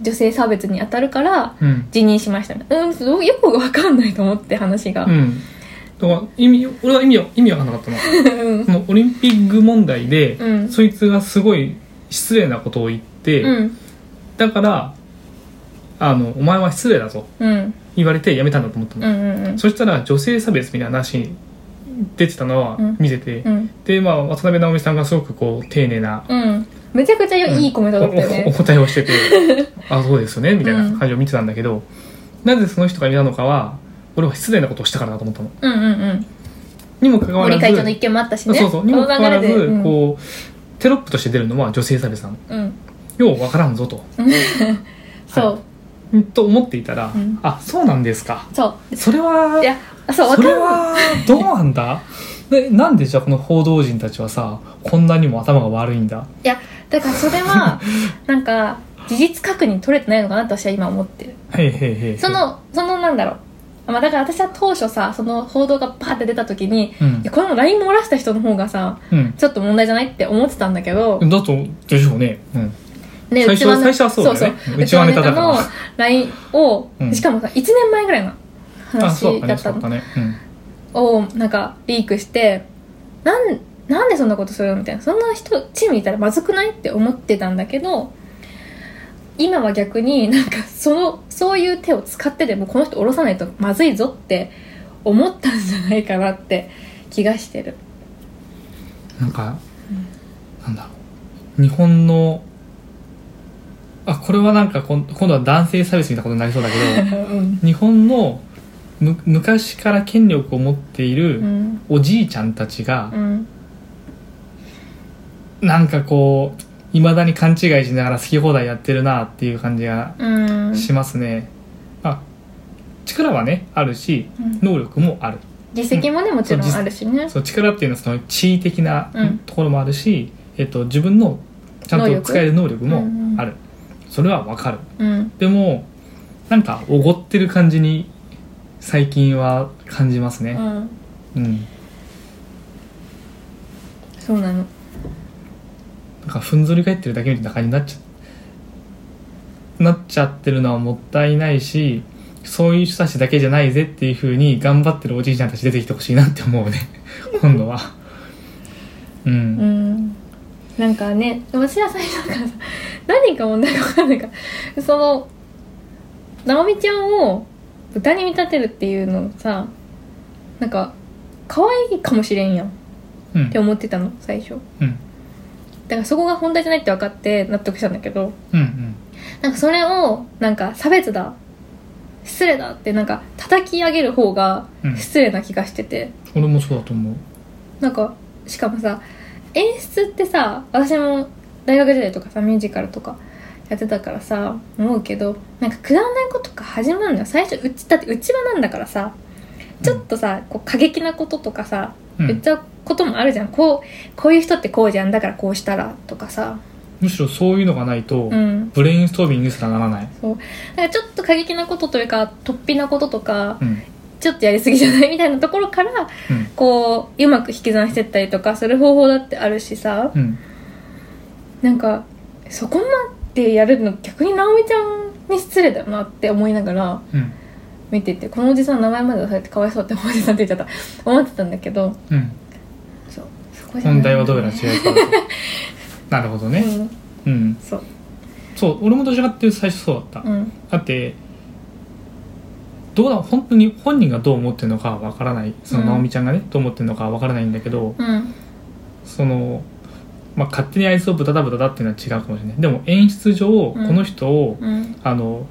B: 女性差別に当たるから
A: うん
B: 辞任しましたみたいなうんよくわかんないと思って話が、
A: うんだから意味俺は意味は意味わかんなかった のそのオリンピック問題で、
B: うん
A: そいつがすごい失礼なことを言って、
B: うん
A: だからあのお前は失礼だぞ
B: うん
A: 言われてやめたんだと思った
B: う
A: の、
B: んうんうん
A: そしたら女性差別みたいな話に出てたのは
B: うん
A: 見てて、
B: うん
A: でまあ渡辺直美さんがすごくこう丁寧な
B: うんめちゃくちゃよいいコメントだったよ
A: おおお
B: ね
A: 答えをしててあそうですよねみたいな感じを見てたんだけど、なぜその人が嫌なのかは俺は失礼なことをしたからだと思ったの
B: うんうんうん
A: にもかかわら
B: 森
A: ず
B: 会長の意見もあったしね
A: そうそうにもかかわらず、
B: この流れでうん
A: こうテロップとして出るのは女性差別さん
B: うん
A: ようわからんぞと、
B: そう
A: うんと思っていたら、
B: うん
A: あそうなんですか
B: そ
A: それは
B: ういやそうわ
A: そ
B: か
A: れ
B: る
A: はどうなんだでなんでじゃあこの報道陣たちはさこんなにも頭が悪いんだ
B: いやだからそれ はなんか事実確認取れてないのかなって私は今思ってる
A: へいへいへい
B: そ、のそのなんだろうまあだから私は当初さその報道がバーって出た時に
A: う
B: い
A: ん
B: やこれも LINE 漏らした人の方がさ
A: うん、
B: ちょっと問題じゃないって思ってたんだけど、
A: だとでしょうね、うん、最
B: ね
A: 初
B: うちわね
A: 最初はそうだよね
B: そうそう
A: うちわネタだから
B: うちわネタの LINE を、
A: うん
B: しかもさ1年前ぐらいの
A: あそう
B: 話
A: だ
B: だ
A: ね
B: っ
A: そ
B: た
A: うだった
B: の
A: ね、うん
B: をなんかリークしてなんなんでそんなことするのみたいなそんな人チームにいたらまずくないって思ってたんだけど今は逆になんかそのそういう手を使ってでもこの人降ろさないとまずいぞって思ったんじゃないかなって気がしてる
A: なんか、なんだろう日本のあこれはなんかこん今度は男性差別みたいなことになりそうだけど 日本のむ昔から権力を持っていうる
B: ん
A: おじいちゃんたちが
B: う、ん
A: なんかこういまだに勘違いしながら好き放題やってるなっていう感じが
B: うん
A: しますね、あ力はねあるし
B: うん
A: 能力もある
B: 実績もねもちろんあるしね
A: その力っていうのはその地位的な
B: うん
A: ところもあるし、えっと、自分のちゃん
B: 能
A: と
B: 力
A: 使える能力もあるそれはわかる
B: うん
A: でもなんかおごってる感じに最近は感じます
B: う
A: ね
B: ん
A: うん、
B: そうなの
A: なんかふんぞり返ってるだけみたいな感じになっちゃなっちゃってるのはもったいないしそういう人たちだけじゃないぜっていうふうに頑張ってるおじいちゃんたち出てきてほしいなって思うね今度はうん
B: うんなんかね私は最初なんかさ何が問題か分かんないからその直美ちゃんを豚に見立てるっていうのさなんか可愛いかもしれんやんっ
A: うん
B: て思ってたの最初
A: うん
B: だからそこが本題じゃないって分かって納得したんだけど
A: うんうん
B: なんかそれをなんか差別だ失礼だってなんか叩き上げる方が
A: うん
B: 失礼な気がしてて、
A: 俺もそうだと思う
B: なんかしかもさ演出ってさ私も大学時代とかさミュージカルとかやってたからさ思うけどなんかくだらないことから始まるのよ最初うちだってうちわなんだからさちょっとさ、こう過激なこととかさ
A: うん
B: 言っちゃうこともあるじゃん、こうこういう人ってこうじゃんだからこうしたらとかさ
A: むしろそういうのがないと、
B: うん
A: ブレインストービングにすらならない、
B: そうなんかちょっと過激なことというか突飛なこととか
A: うん
B: ちょっとやりすぎじゃないみたいなところからこううまく引き算してったりとかする方法だってあるしさ、
A: うんうん、
B: なんかそこまでやるの逆に直美ちゃんに失礼だなって思いながら
A: うん
B: 見ててこのおじさんの名前まで出されてかわいそうっておじさんって言っちゃった 思ってたんだけど
A: うん、
B: そうそこじゃない
A: 本題はどうやら違うから となるほどね、
B: うん
A: うん
B: そう
A: そう俺もどちらかっていうと最初そうだった、
B: うん
A: だってどうだ本当に本人がどう思ってるのかはわからないその
B: うん
A: 直美ちゃんがね、どう思ってるのかはわからないんだけど
B: うん
A: その、まあ、勝手にあいつをブタだブタだっていうのは違うかもしれないでも演出上この人を、
B: うん
A: あの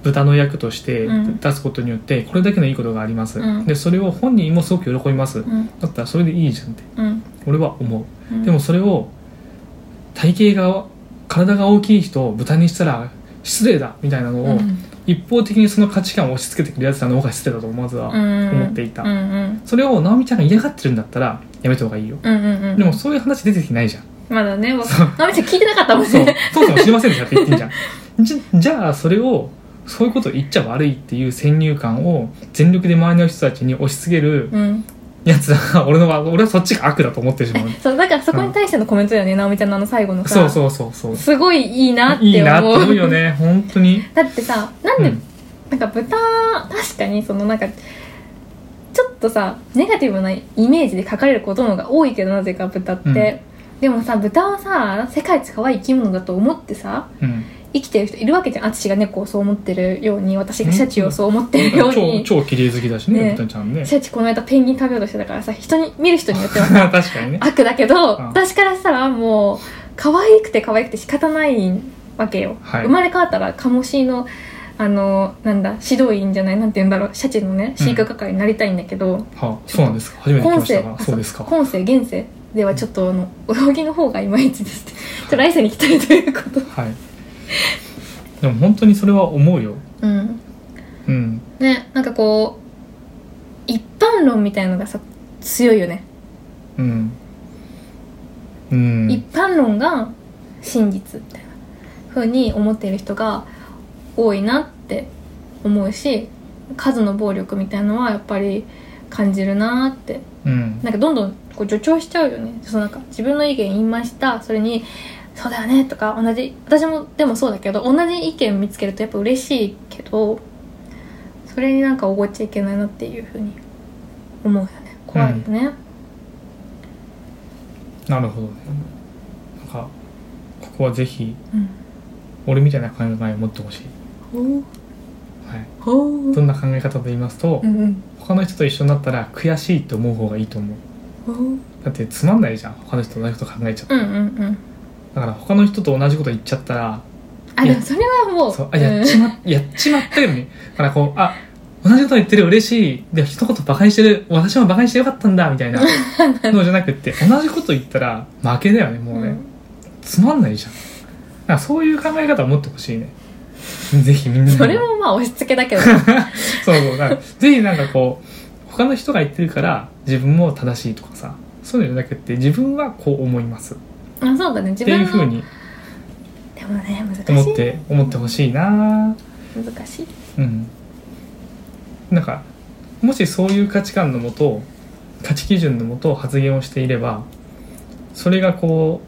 A: 豚の役として
B: うん
A: 出すことによってこれだけのいいことがあります、
B: うん
A: でそれを本人もすごく喜びます、
B: うん
A: だったらそれでいいじゃんって
B: うん
A: 俺は思う、
B: うん
A: でもそれを体型が体が大きい人を豚にしたら失礼だみたいなの
B: う
A: を
B: ん
A: 一方的にその価値観を押し付けてくるやつらの方が失礼だとまずは思っていた、
B: うんうん
A: それを直美ちゃんが嫌がってるんだったらやめた方がいいよ
B: うんうんうん
A: でもそういう話出てきてないじゃん
B: まだねわ
A: そう
B: 直美ちゃん聞いてなかったもん
A: そう
B: ね
A: そもそも知りませんでしたって言ってんじゃんじじゃあそれをそういうこと言っちゃ悪いっていう先入観を全力で周りの人たちに押し付ける
B: うん
A: やつらが俺のは俺はそっちが悪だと思ってしまう
B: そうだからそこに対してのコメントだよね直美ちゃんのあの最後のさ
A: そうそうそうそう
B: すごいいいなって思う
A: いいなって思うよね本当に
B: だってさなん
A: う
B: で、
A: ん
B: なんか豚確かにそのなんかちょっとさネガティブなイメージで書かれることの方が多いけどなぜか豚って、
A: うん
B: でもさ豚はさ世界一可愛い生き物だと思ってさ
A: うん
B: 生きてる人いるわけじゃん私が猫をそう思ってるように私がシャチをそう思ってるよう
A: 超
B: に、
A: 超綺麗好きだし
B: ね
A: ね、豚ちゃんね。
B: シャチこの間ペンギン食べようとしてたからさ人に見る人によってはさ
A: 確かにね。
B: 悪だけど、
A: うん
B: 私からしたらもう可愛くて可愛くて仕方ないわけよ、
A: はい
B: 生まれ変わったらカモシーのあのなんだ指導員じゃないなんて言うんだろうシャチのね飼育係になりたいんだけど、
A: はあ、そうなんですか。初めて聞き
B: 今
A: まし
B: 世
A: た
B: あ
A: が、
B: そ
A: そううですか。
B: 今世現世ではちょっとあの泳ぎの方がいまいちですちょっと来世に来たいということ
A: はい。でも本当にそれは思うよ。
B: うん
A: うん。
B: ねなんかこう一般論みたいのがさ強いよね、
A: うん。うん。
B: 一般論が真実みたいな風に思っている人が多いなって思うし数の暴力みたいのはやっぱり感じるなって
A: うん。
B: なんかどんどんこう助長しちゃうよねそのなんか自分の意見言いましたそれに「そうだよね」とか同じ私もでもそうだけど同じ意見見つけるとやっぱ嬉しいけどそれになんかおごっちゃいけないなっていうふうに思うよね怖いよね、
A: なるほどね。なんか、ここはぜひ、
B: うん
A: 俺みたいな考えを持ってほしい。はい。どんな考え方と言いますと、
B: うんうん
A: 他の人と一緒になったら悔しいって思う方がいいと思う。
B: うん
A: だってつまんないじゃん。他の人と同じこと考えちゃって。
B: うんうん
A: だから他の人と同じこと言っちゃったら、
B: あでもそれはもう
A: そう、あ、やっちま、やっちまったよね。だからこう、あ、同じこと言ってる、嬉しい。で、一言バカにしてる、私もバカにしてよかったんだ、みたい なのじゃなくって、同じこと言ったら負けだよね、もうね。つまんないじゃん。だからそういう考え方を持ってほしいね。ぜひみんな
B: う
A: に
B: んそれもまあ押し付けだ けど
A: そうそう。だからぜひなんかこう、他の人が言ってるから、自分も正しいとかさ、そういうのじゃなくって、自分はこう思います。っ
B: あそうだね自
A: て
B: 分
A: いう
B: の
A: ふうに
B: でもね難しい
A: 思って、思ってほしいな
B: 難しい
A: うん、なんかもしそういう価値観のもと価値基準のもと発言をしていればそれがこ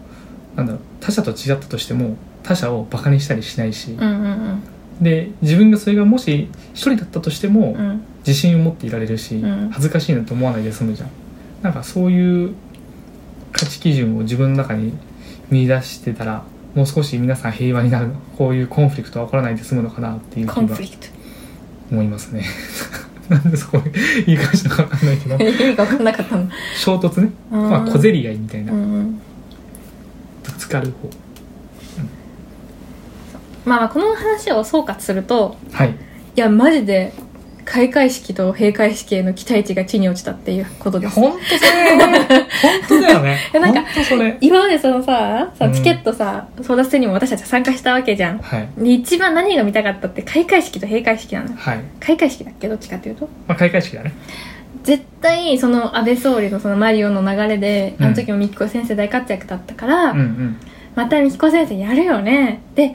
A: うなんだろう他者と違ったとしても他者をバカにしたりしないし、
B: うんうん
A: で自分がそれがもし一人だったとしても、
B: うんうん
A: 自信を持っていられるし、
B: うん
A: 恥ずかしいなと思わないで済むじゃんなんかそういう価値基準を自分の中に見出してたらもう少し皆さん平和になるこういうコンフリクトは起こらないで済むのかなっていう気
B: コン
A: が
B: フリクト
A: 思いますね なんでそこに言い返したのか分かんない けど
B: 意味が分かんなかったの
A: 衝突ね
B: うん
A: まあ小競り合いみたいな
B: う
A: ぶ
B: んうん
A: つかる方
B: まあまあこの話を総括すると
A: はい
B: いやマジで開会式と閉会式への期待値が地に落ちたっていうこと
A: い
B: で
A: や
B: す
A: ほんとそれほんとだよね
B: いやなんか
A: ほんとそれ
B: 今までそのささ
A: うん
B: チケットさ争奪戦にも私たちは参加したわけじゃん
A: はい
B: で一番何が見たかったって開会式と閉会式なのよ
A: はい、
B: 開会式だっけどっちかっていうと
A: まあ、開会式だね
B: 絶対その安倍総理のそのマリオの流れで、
A: うん
B: あの時もみきこ先生大活躍だったから、
A: うんうん
B: またみきこ先生やるよねで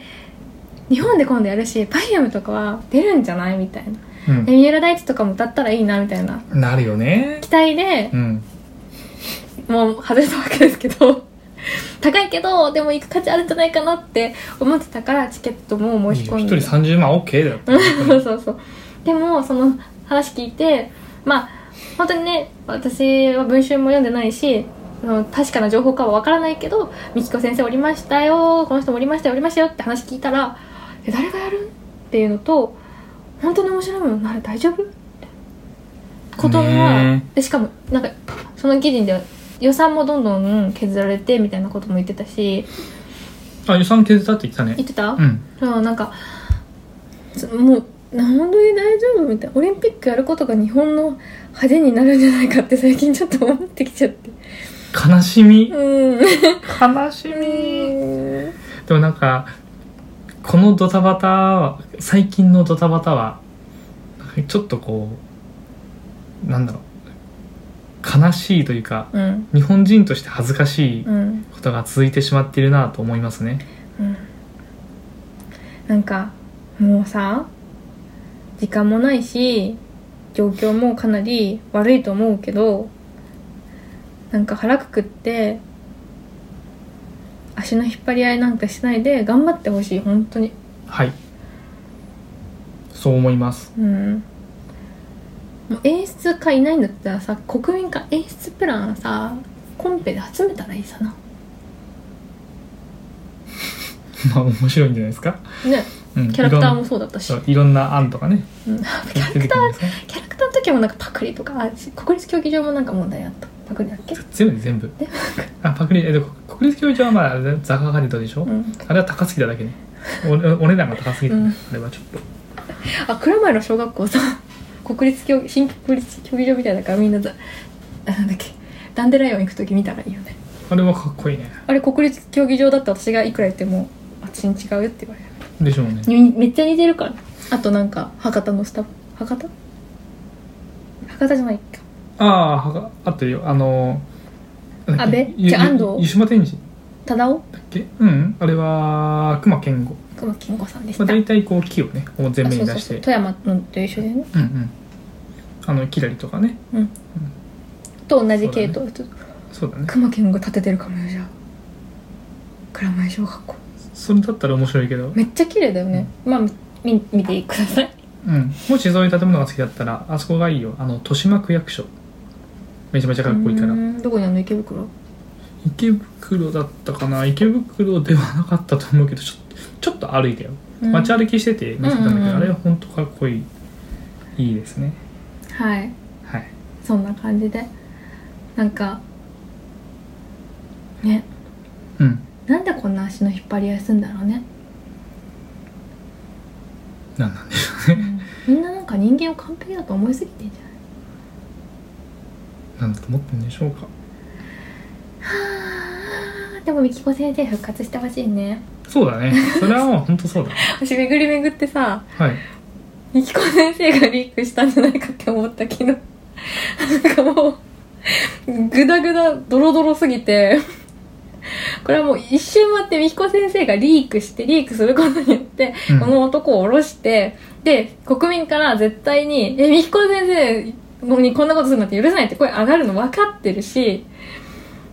B: 日本で今度やるしパイウムとかは出るんじゃないみたいな
A: うん
B: で三浦大知とかも歌ったらいいなみたいな
A: なるよね
B: 期待で
A: うん
B: もう外れたわけですけど高いけどでも行く価値あるんじゃないかなって思ってたからチケットも申し込ん
A: 一
B: で
A: 人30万 OK だよ
B: そうそうそうでもその話聞いてまあ本当にね私は文集も読んでないしその確かな情報かはわからないけど「みきこ先生おりましたよこの人もおりましたよおりましたよ」って話聞いたら「え誰がやる?」っていうのと「本当に面白いものあれ大丈夫?」ってことが
A: ね
B: でしかもなんかその記事では予算もどんどん削られてみたいなことも言ってたし
A: あ予算削ったって言ってたね
B: 言ってた、
A: うん
B: そうなんかつもう本当に大丈夫みたいなオリンピックやることが日本の恥になるんじゃないかって最近ちょっと思ってきちゃって
A: 悲しみ
B: うん
A: 悲しみでもなんかこのドタバタは最近のドタバタはちょっとこうなんだろう悲しいというか
B: うん
A: 日本人として恥ずかしい
B: うん
A: ことが続いてしまっているなと思いますね
B: うんなんかもうさ時間もないし状況もかなり悪いと思うけどなんか腹くくって足の引っ張り合いなんかしないで頑張ってほしい本当に
A: はいそう思います
B: うんもう演出家いないんだったらさ国民化演出プランさコンペで集めたらいいさな
A: まあ面白いんじゃないですか、
B: ね
A: うん、
B: キャラクター
A: いろ
B: も
A: ん
B: そうだったし、
A: そういろんな案とかね
B: うん、キ
A: 出
B: ャラ
A: てくる
B: ク
A: ん
B: タ
A: じゃないで
B: ー
A: すか
B: キャラクターの時もなんかパクリとかあ国立競技場もなんか問題あったパクリだっけ、
A: 全部全部
B: え
A: あパクリえっと国立競技場はまあザカが出たでしょ、
B: うん、
A: あれは高すぎただけねお お値段が高すぎた、ね
B: うん
A: あれはちょっと
B: あ蔵前の小学校さ国立競技新国立競技場みたいだからみんなだあなんだっけダンデライオン行く時見たらいいよね
A: あれはかっこいいね
B: あれ国立競技場だって私がいくら言っても私に違うよって言われる
A: でしょうね
B: にめっちゃ似てるからあとなんか博多のスタバ博多博多じゃないか
A: ああはが合ってるよあのーなんだっけ
B: 安倍
A: ゆ
B: じゃあ
A: ゆ
B: 安藤
A: 湯島天神
B: 忠雄
A: だっけうんあれは熊健吾、
B: 熊木健吾さんでし
A: ま
B: た、
A: あ、大体こう木をねこう前
B: あ
A: 面
B: そ
A: に
B: うそ
A: 出
B: う
A: し
B: そう
A: て
B: 富山のと一緒だよね
A: うんうんあのキラリとかね
B: うんと同じ系統、ちょっと
A: そうだね
B: 熊健吾立ててるかもよじゃあ蔵前小学校
A: それだったら面白いけど、
B: めっちゃ綺麗だよね、まあみ見てください
A: うん、もしそういう建物が好きだったらあそこがいいよあの豊島区役所めちゃめちゃかっこいいから
B: うーんどこにあるの池袋
A: 池袋だったかな池袋ではなかったと思うけどちょちょっと歩いたよ
B: うん
A: 街歩きしてて見せたんだけど、
B: うんうんうん
A: あれは本当かっこいいいいですね
B: はい
A: はい
B: そんな感じでなんかね
A: うん
B: なんでこんな足の引っ張り合いするんだろうね、
A: なんなんでしょうね
B: みんななんか人間を完璧だと思いすぎてんじゃない
A: なんだと思ってんでしょうか
B: はあ でもみきこ先生復活してほしいね
A: そうだね それはもう本当そうだ
B: 私巡り巡ってさ
A: はい
B: みきこ先生がリークしたんじゃないかって思ったけどなんかもうグダグダドロドロすぎてこれはもう一瞬待ってみきこ先生がリークしてリークすることによって
A: うん
B: この男を下ろして、で、国民から絶対に、え、みきこ先生にこんなことするなんて許さないって声上がるの分かってるし、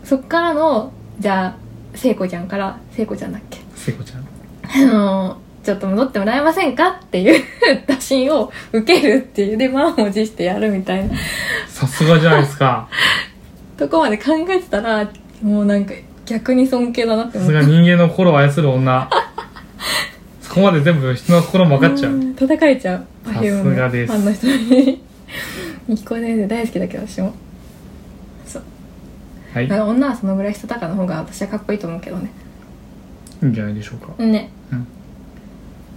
B: そっからの、じゃあ、聖子ちゃんから、聖子ちゃんだっけ、
A: 聖子ちゃん
B: あの、ちょっと戻ってもらえませんかっていう打診を受けるっていう、で、満を持してやるみたいな
A: さすがじゃないですか
B: とこまで考えてたら、もうなんか逆に尊敬だなって
A: さ
B: 思っ
A: す
B: て。
A: が人間の心を操る女そこまで全部人の心も分かっちゃう、
B: ん叩かれちゃう
A: さすがです
B: Perfume のファンの人にみきこ先生大好きだけど私もそう
A: はいい
B: だから女はそのぐらいしたたかの方が私はかっこいいと思うけどね
A: いんじゃないでしょうか
B: ね、
A: うん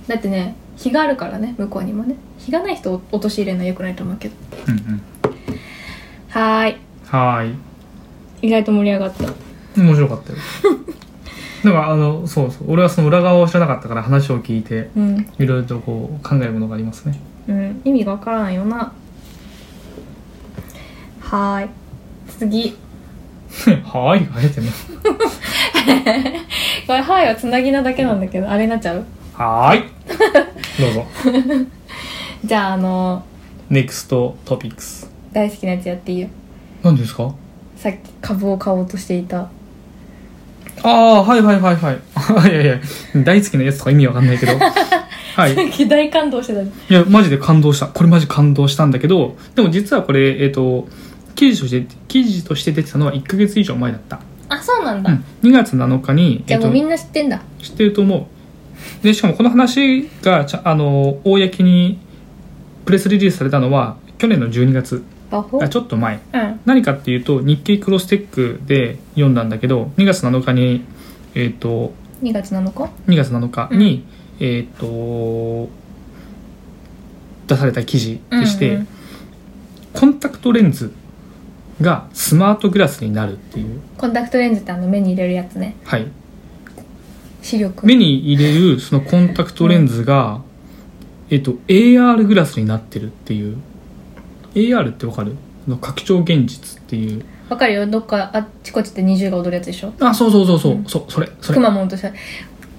B: だってね日があるからね向こうにもね日がない人を陥れるのはよくないと思うけど
A: うんうん
B: はーい
A: はーい
B: 意外と盛り上がった
A: 面白かった よだからあのそうそう俺はその裏側を知らなかったから話を聞いて
B: うん、
A: いろいろとこう考えるものがありますね
B: うん、意味がわからないよなはーい次
A: はーいが入ってね
B: これ「はい」はつなぎなだけなんだけどあれになっちゃう
A: はーい どうぞ
B: じゃああの
A: NEXT トピックス
B: 大好きなやつやっていいよ
A: 何ですか
B: さっき株を買おうとしていた
A: ああはいはいはいはいい やいや大好きなやつとか意味わかんない けどはい
B: さっき 大感動してたね
A: いやマジで感動したこれマジ感動したんだけどでも実はこれえっ、と記事として記事として出てたのは1ヶ月以上前だった、
B: あそうなん
A: う
B: だ、
A: ん、2月7日に、
B: じゃあ
A: っ
B: も
A: と
B: うみんな知ってんだ、
A: 知ってると思うでしかもこの話がちゃあの公にプレスリリースされたのは去年の12月
B: バホ
A: あちょっと前
B: うん
A: 何かっていうと日経クロステックで読んだんだけど2月7日にえっ、と
B: 2月7日
A: 2月7日に、えっ、と出された記事でして、
B: うんうん
A: コンタクトレンズがスマートグラスになるっていう
B: コンタクトレンズってあの目に入れるやつね
A: はい
B: 視力
A: 目に入れるそのコンタクトレンズが、えっと AR グラスになってるっていう AR ってわかるあの拡張現実っていう
B: わかるよどっかあっちこっちで20が踊るやつでしょ
A: あそうそうそうそう、
B: うん
A: そうそれそ
B: く
A: れ
B: まモンと写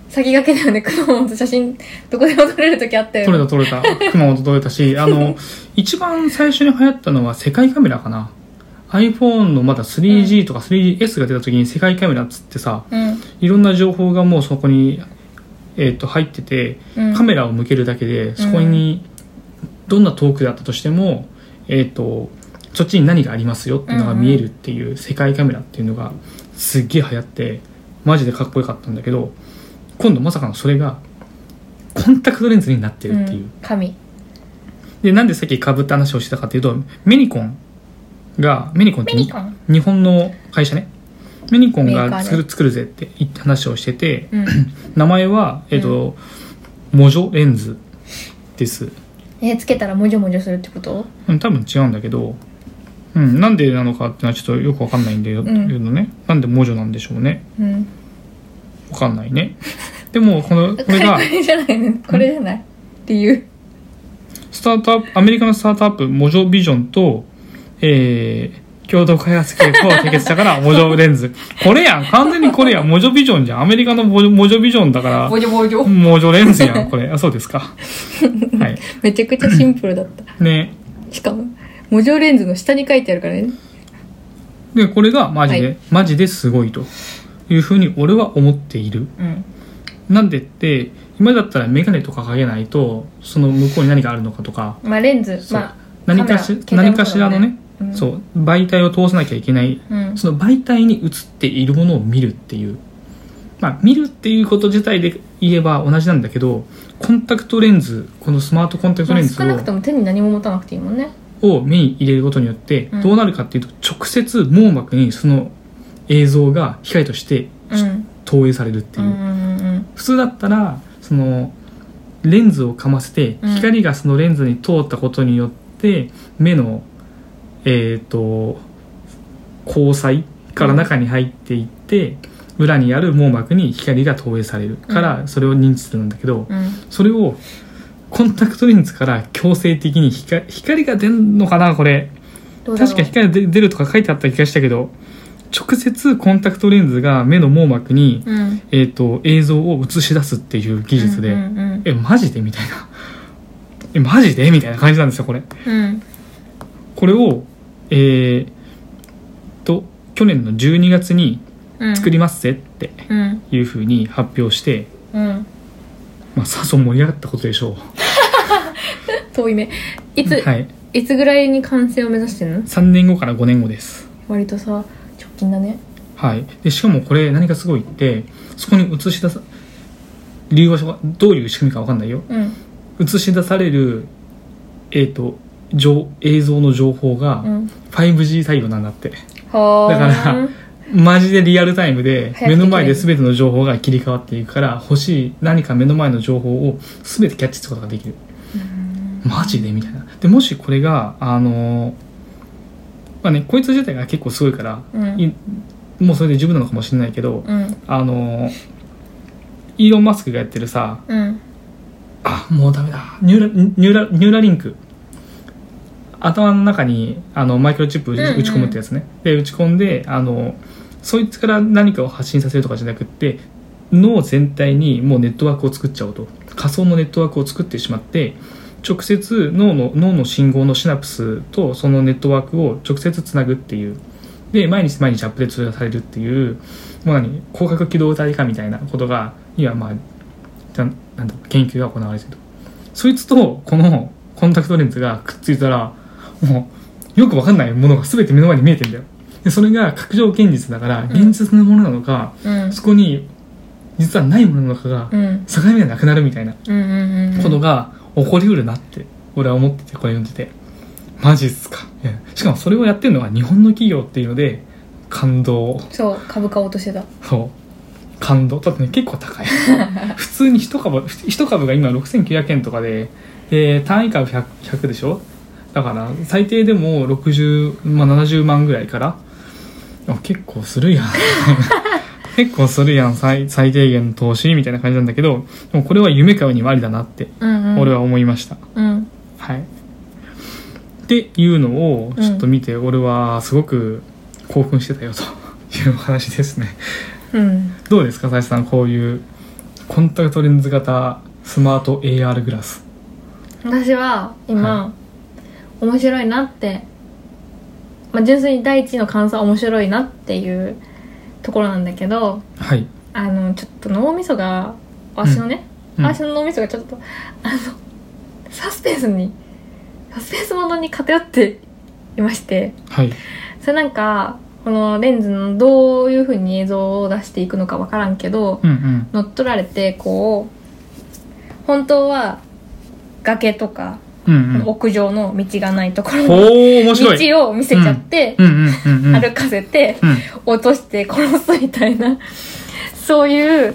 B: 先駆けだよねくまモンと写真どこでも撮れる時あったよ
A: 撮れ
B: ね
A: た撮れた熊本撮れたしあの一番最初に流行ったのは世界カメラかな iPhone のまだ 3G とか 3GS が出た時に世界カメラっつってさ
B: うん
A: いろんな情報がもうそこに、えっと入ってて
B: うん
A: カメラを向けるだけでそこにどんな遠くであったとしても、えっ、とそっちに何がありますよっていうのが見えるっていう世界カメラっていうのがすっげえ流行ってマジでかっこよかったんだけど今度まさかのそれがコンタクトレンズになってるっていう、
B: ん、紙
A: でなんでさっき株って話をしてたかっていうとメニコンがメニコンっ
B: メ
A: て
B: ニコン
A: 日本の会社ねメニコン
B: メーカ
A: が
B: ーで
A: 作る作るぜって言って話をしてて
B: うん
A: 名前はえっ、と、モジョレンズです
B: えつけたらもじょもじょするってこと
A: うん多分違うんだけど、うん、なんでなのかってのはちょっとよくわかんないんだよ、
B: ん
A: けどねなんでモジョなんでしょうね
B: うん
A: わかんないね でもこのこれ
B: こ
A: が
B: れじゃないねこれじゃない理由
A: スタートアップアメリカのスタートアップモジョビジョンとえー共同開発計画を締結したからモジョレンズこれやん完全にこれやんモジョビジョンじゃんアメリカのモジョモジョビジョンだから
B: もじょもじょ
A: モジョレンズやんこれあそうですかはい
B: めちゃくちゃシンプルだった
A: ね
B: しかも模状レンズの下に書いてあるからね
A: でこれがマジで、
B: はい
A: マジですごいというふうに俺は思っている
B: うん
A: なんでって今だったら眼鏡とかかけないとその向こうに何があるのかとか
B: まあレンズ
A: そう
B: まあ
A: 何かし
B: カメラ携帯
A: 何
B: も
A: かしらのね、
B: そうだねうん
A: そう媒体を通さなきゃいけない
B: うん
A: その媒体に映っているものを見るっていうまあ見るっていうこと自体で言えば同じなんだけどコンタクトレンズこのスマートコンタクト
B: ま
A: レ
B: あ
A: ンズ
B: 少
A: を,、
B: なくとも手に何も持たなくていいもんね
A: を目に入れることによって
B: うん
A: どうなるかっていうと直接網膜にその映像が光として
B: うん
A: 投影されるって
B: う
A: い
B: ん
A: う、
B: うんうん
A: 普通だったらそのレンズをかませて
B: うん
A: 光がそのレンズに通ったことによって目のえっ、と光彩から中に入っていって、裏にある網膜に光が投影されるからそれを認知するんだけど、
B: うん
A: それをコンタクトレンズから強制的に光光が出んのかなこれ
B: どうだろ
A: 確
B: う
A: か光が出出るとか書いてあった気がしたけど直接コンタクトレンズが目の網膜に、
B: うん
A: えー、と映像を映し出すっていう技術で、
B: うんうん
A: えマジでみたいな えマジでみたいな感じなんですよこれ
B: うんうん
A: これをえー、と去年の12月に
B: うん
A: 作りますぜって
B: うん
A: いうふうに発表して、
B: うん
A: まあ、さぞ盛り上がったことでしょ
B: 遠い目いうつ
A: はい
B: いつぐらいに完成を目指してんの
A: 3年後から5年後です
B: 割とさ直近だね
A: はいでしかもこれ何がすごいってそこに映し出さ理由はどういう仕組みかわかんないよ
B: うん
A: 映し出されるえっ、と情映像の情報が
B: うん
A: 5G 対応なんだって、
B: は
A: だ
B: あ
A: からマジでリアルタイムで
B: 早くできな
A: 目
B: い
A: の前で全ての情報が切り替わっていくから欲しい何か目の前の情報を全てキャッチすることができるマジでみたいなでもしこれがあのーまあねこいつ自体が結構すごいから、
B: うん
A: いもうそれで十分なのかもしれないけど、
B: うん
A: あのーイーロン・マスクがやってるさ
B: うん
A: あもうダメだニューラニューラニューラリンク頭の中にあのマイクロチップ打ち,、
B: うんうん
A: 込むってやつねで打ち込んであのそいつから何かを発信させるとかじゃなくって脳全体にもうネットワークを作っちゃおうと仮想のネットワークを作ってしまって直接脳の脳の信号のシナプスとそのネットワークを直接つなぐっていうで毎日毎日アップデートされるっていうもう何広角機動隊かみたいなことが今まあじゃなんだ研究が行われてるとそいつとこのコンタクトレンズがくっついたらもうよくわかんないものが全て目の前に見えてんだよでそれが拡張現実だから現実のものなのか、
B: うん
A: そこに実はないものなのかが
B: うん
A: 境目がなくなるみたいな
B: うんうんうん
A: ことが起こりうるなって俺は思っててこれ読んでてマジっすかいやしかもそれをやってるのが日本の企業っていうので感動
B: そう株買おうとしてた
A: そう感動だってね結構 高い普通に一株一株が今6900円とかでで単位株 100, 100でしょだから最低でも60、まあ、70万ぐらいからあ結構す るやん結構するやん最最低限の投資みたいな感じなんだけどでもこれは夢買うにはありだなって
B: うんうん
A: 俺は思いました、
B: うん
A: はいっていうのをちょっと見て、俺はすごく興奮してたよというお話ですね
B: うん
A: どうですか、佐々木さん、こういうコンタクトレンズ型スマート AR グラス。
B: 私は今、
A: は
B: 面白いなって、まあ、純粋に第一の感想は面白いなっていうところなんだけど
A: はい。
B: あのちょっと脳みそが私のね、
A: うんうん
B: 私の脳みそがちょっとあのサスペンスにサスペンスものに偏っていまして
A: はい
B: それなんかこのレンズのどういう風に映像を出していくのか分からんけど
A: うんうん
B: 乗っ取られてこう本当は崖とか、
A: うんうん
B: 屋上の道がないところ
A: ほ
B: の
A: ー面白い
B: 道を見せちゃって、
A: うんうんうんうん
B: 歩かせて、
A: うん
B: 落として殺すみたいなそういう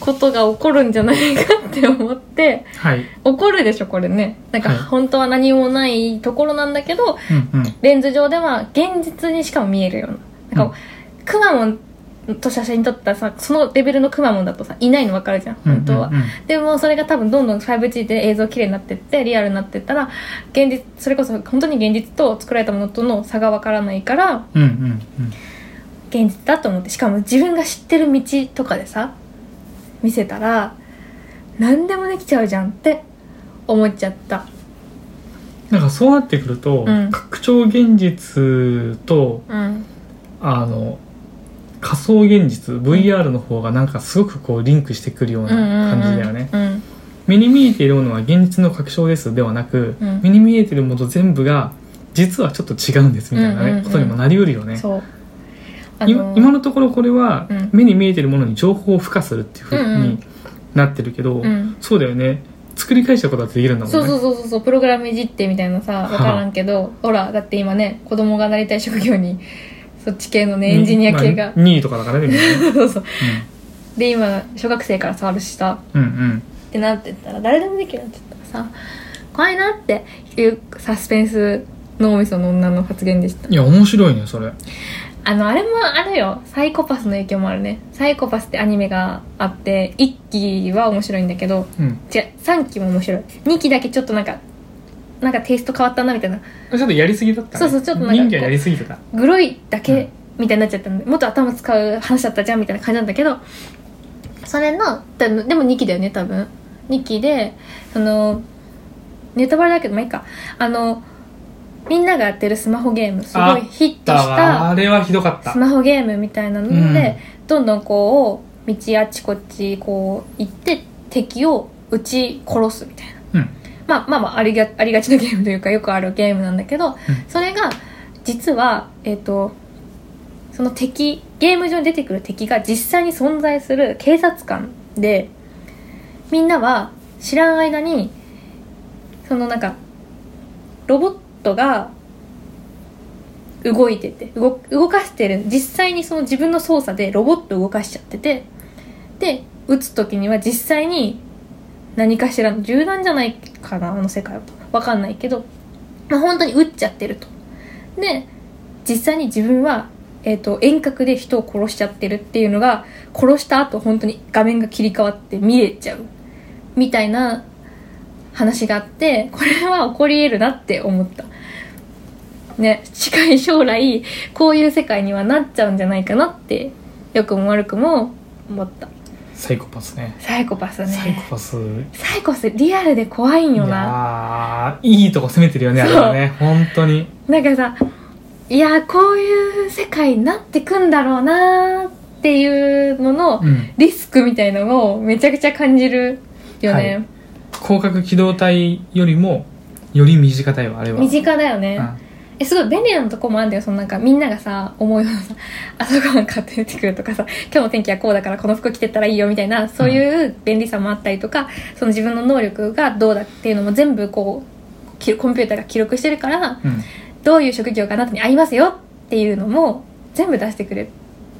B: ことが起こるんじゃないかって思って
A: はい
B: 起こるでしょこれねなん
A: はい
B: か本当は何もないところなんだけど
A: うんうん
B: レンズ上では現実にしか見えるようななんか、くまモンと写真撮ったさそのレベルのくまモンだとさいないの分かるじゃん本当は、
A: うんうんうん
B: でもそれが多分どんどん 5G で映像綺麗になってってリアルになってったら現実それこそ本当に現実と作られたものとの差がわからないから
A: うんうんうん
B: 現実だと思ってしかも自分が知ってる道とかでさ見せたら何でもできちゃうじゃんって思っちゃった
A: なんかそうなってくると、
B: うん
A: 拡張現実と
B: うん
A: あの仮想現実 VR の方がなんかすごくこうリンクしてくるよう
B: う
A: なん
B: うんうん
A: 感じだよね、
B: うん
A: 目に見えているものは現実の確証ですではなく、
B: うん
A: 目に見えているもの全部が実はちょっと違うんですみたいなね、
B: うんうんうん
A: ことにもなりうるよね、
B: そうあ
A: い今のところこれは
B: うん
A: 目に見えているものに情報を付加するっていうふう
B: うんう
A: に
B: ん
A: なってるけど、
B: うん
A: そうだよね作り返したことだってできるんだもんね
B: そうそうそうそうそうプログラムいじってみたいなさ
A: はあ
B: 分からんけど、ほらだって今ね子供がなりたい職業に そっち系のねエンジニア系が、
A: 2位とかだからねみんなね
B: そうそうで今小学生から触るしさ
A: うんうんうん
B: ってなってったら誰でもできるようになってったらさ怖いなっていうサスペンス脳みその女の発言でした
A: いや面白いねそれ
B: あのあれもあるよサイコパスの影響もあるねサイコパスってアニメがあって1期は面白いんだけど
A: うん
B: 違う3期も面白い2期だけちょっとなんかなんかテイスト変わったなみたいな
A: ちょっとやりすぎだったね
B: そうそうちょっとなんか
A: 人魚やりすぎてた
B: グロいだ
A: うん
B: けみたいになっちゃったので、もっと頭使う話だったじゃんみたいな感じなんだけどそれのでもでも2期だよね多分2期でそのネタバレだけどまあいいかあのみんながやってるスマホゲームすご
A: あ
B: いヒットし
A: あ
B: た
A: れはひどかった
B: スマホゲームみたいなので、どんどんこう道あちこちこう行って敵を撃ち殺すみたいな。
A: うん
B: まあまあまあありがありがちなゲームというかよくあるゲームなんだけど、それが実は、えっとその敵ゲーム上に出てくる敵が実際に存在する警察官でみんなは知らん間にそのなんかロボットが動いてて動動かしてる実際にその自分の操作でロボットを動かしちゃっててで撃つ時には実際に何かしらの銃弾じゃないかなあの世界はわかんないけど、まあ、本当に撃っちゃってるとで実際に自分は、えー、と遠隔で人を殺しちゃってるっていうのが殺した後本当に画面が切り替わって見えちゃうみたいな話があってこれは起こり得るなって思ったね近い将来こういう世界にはなっちゃうんじゃないかなってよくも悪くも思った
A: サイコパスね
B: サイコパスだね
A: サイコパス
B: サイコスリアルで怖いん
A: い
B: よな
A: やーいいとこ攻めてるよねあれはね本当に
B: なんかさいやーこういう世界になってくんだろうなーっていうのの
A: うん
B: リスクみたいなのをめちゃくちゃ感じるよね、
A: 広角機動隊よりもより身近だよあれは
B: 身近だよね、
A: うん
B: えすごい便利なとこもあるんだよそのなんかみんながさ思うようなさ朝ごはん買って出てくるとかさ今日の天気はこうだからこの服着てったらいいよみたいなそういう便利さもあったりとか、その自分の能力がどうだっていうのも全部こうきコンピューターが記録してるから
A: うん
B: どういう職業があなたに合いますよっていうのも全部出してくれ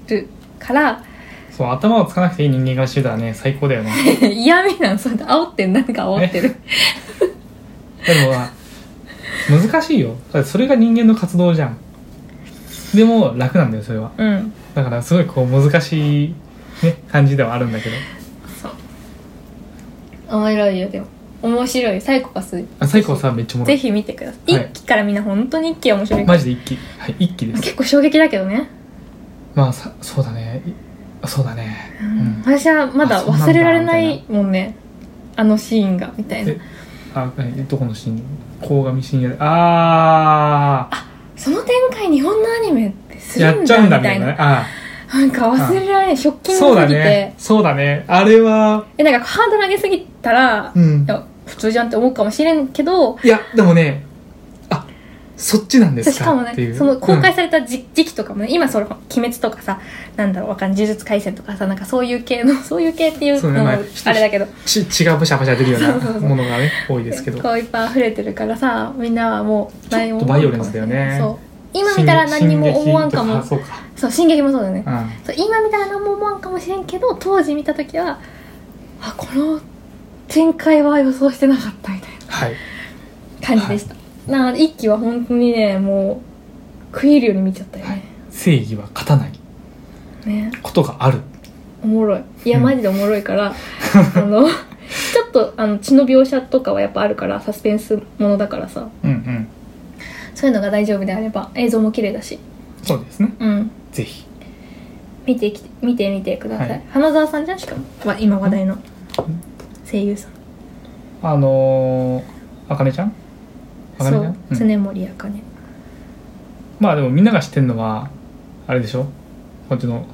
B: るから
A: そう頭をつかなくていい人間がしてたらね最高だよね
B: 嫌味なんそれで煽ってんなんか 煽ってる
A: でもまあ難しいよだってそれが人間の活動じゃんでも楽なんだよそれは
B: うん
A: だからすごいこう難しい、ね、感じではあるんだけど
B: そう面白いよでも面白いサイコパス
A: あサイコさんめっちゃおもろ
B: ぜ
A: い
B: ひ見てください、
A: はい
B: 一期からみんな本当に一期は面白いから
A: マジで一気はい一気です
B: 結構衝撃だけどね、
A: まあさそうだねいあそうだねう
B: うん
A: ん
B: 私はま
A: あ
B: だ
A: そうなんだ
B: 忘れられないもんねあのシーンがみたいな
A: えあえどこのシーン鴻上信也ああ
B: その展開日本のアニメってす
A: や
B: る
A: っ
B: ん
A: ちゃ
B: だ
A: うん
B: み
A: だみ
B: た
A: たい
B: い
A: な
B: な
A: ねあ
B: なんか忘れられないショッキ
A: ー
B: ン
A: そう
B: グす
A: だ
B: ぎて、
A: ねそうだねあれは
B: えなんかハードル上げすぎたら
A: うん
B: いや普通じゃんって思うかもしれんけど
A: いやでもねそっちなんですか
B: しかも
A: ってい
B: ね
A: う
B: その公開
A: うん
B: された時,、時期とかもね今その「鬼滅」とかさなんだろうわかんない呪術廻戦とかさなんかそういう系の そういう系っていう
A: そうね
B: のも
A: ま
B: あ
A: あ
B: れだけど
A: ち血がブシャブシャ出るような
B: そうそうそう
A: ものがね多いですけど
B: こういっぱい溢れてるからさみんなはもう
A: ちょっとバイオレンスだよね
B: そう今見たら何にも思わんかも
A: 進進撃とそう
B: そう進撃もそうだよね、
A: か、
B: そう今見たら何も思わんかもしれんけど当時見た時はあこの展開は予想してなかったみたい
A: うん、はい
B: な感じでした、なので一期は本当にねもう食い入るように見ちゃったよね、
A: はい正義は勝たない
B: ね
A: ことがある
B: おもろいいや
A: うん
B: マジでおもろい から、あのちょっとあの血の描写とかはやっぱあるからサスペンスものだからさ
A: うんうん
B: そういうのが大丈夫であれば映像も綺麗だし
A: そうですね
B: うん
A: ぜひ
B: 見てきて見てみてください、
A: はい
B: 花澤さんじゃんしかもわ今話題の声優さん
A: あのー、あかねちゃんあか
B: そ
A: ねちゃん
B: う、
A: うん
B: 常森あかね
A: まあでもみんなが知ってるのはあれでしょこっちの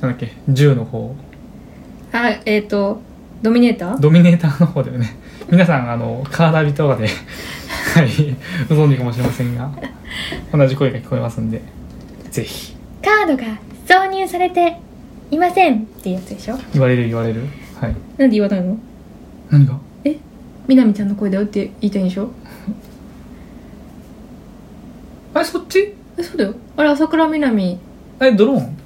A: なんだっけ銃の方
B: あえっ、とドミネーター
A: ドミネーターの方だよね皆さんあのカーナビとかで はいご存知かもしれませんが同じ声が聞こえますんでぜひ
B: カードが挿入されていませんっていうやつでしょ
A: 言われる言われるはい
B: なんで言わないの
A: 何が
B: えみなみちゃんの声だよって言いたいんでしょ
A: あれそっち
B: えそうだよあれ朝倉みなみ
A: あれドローン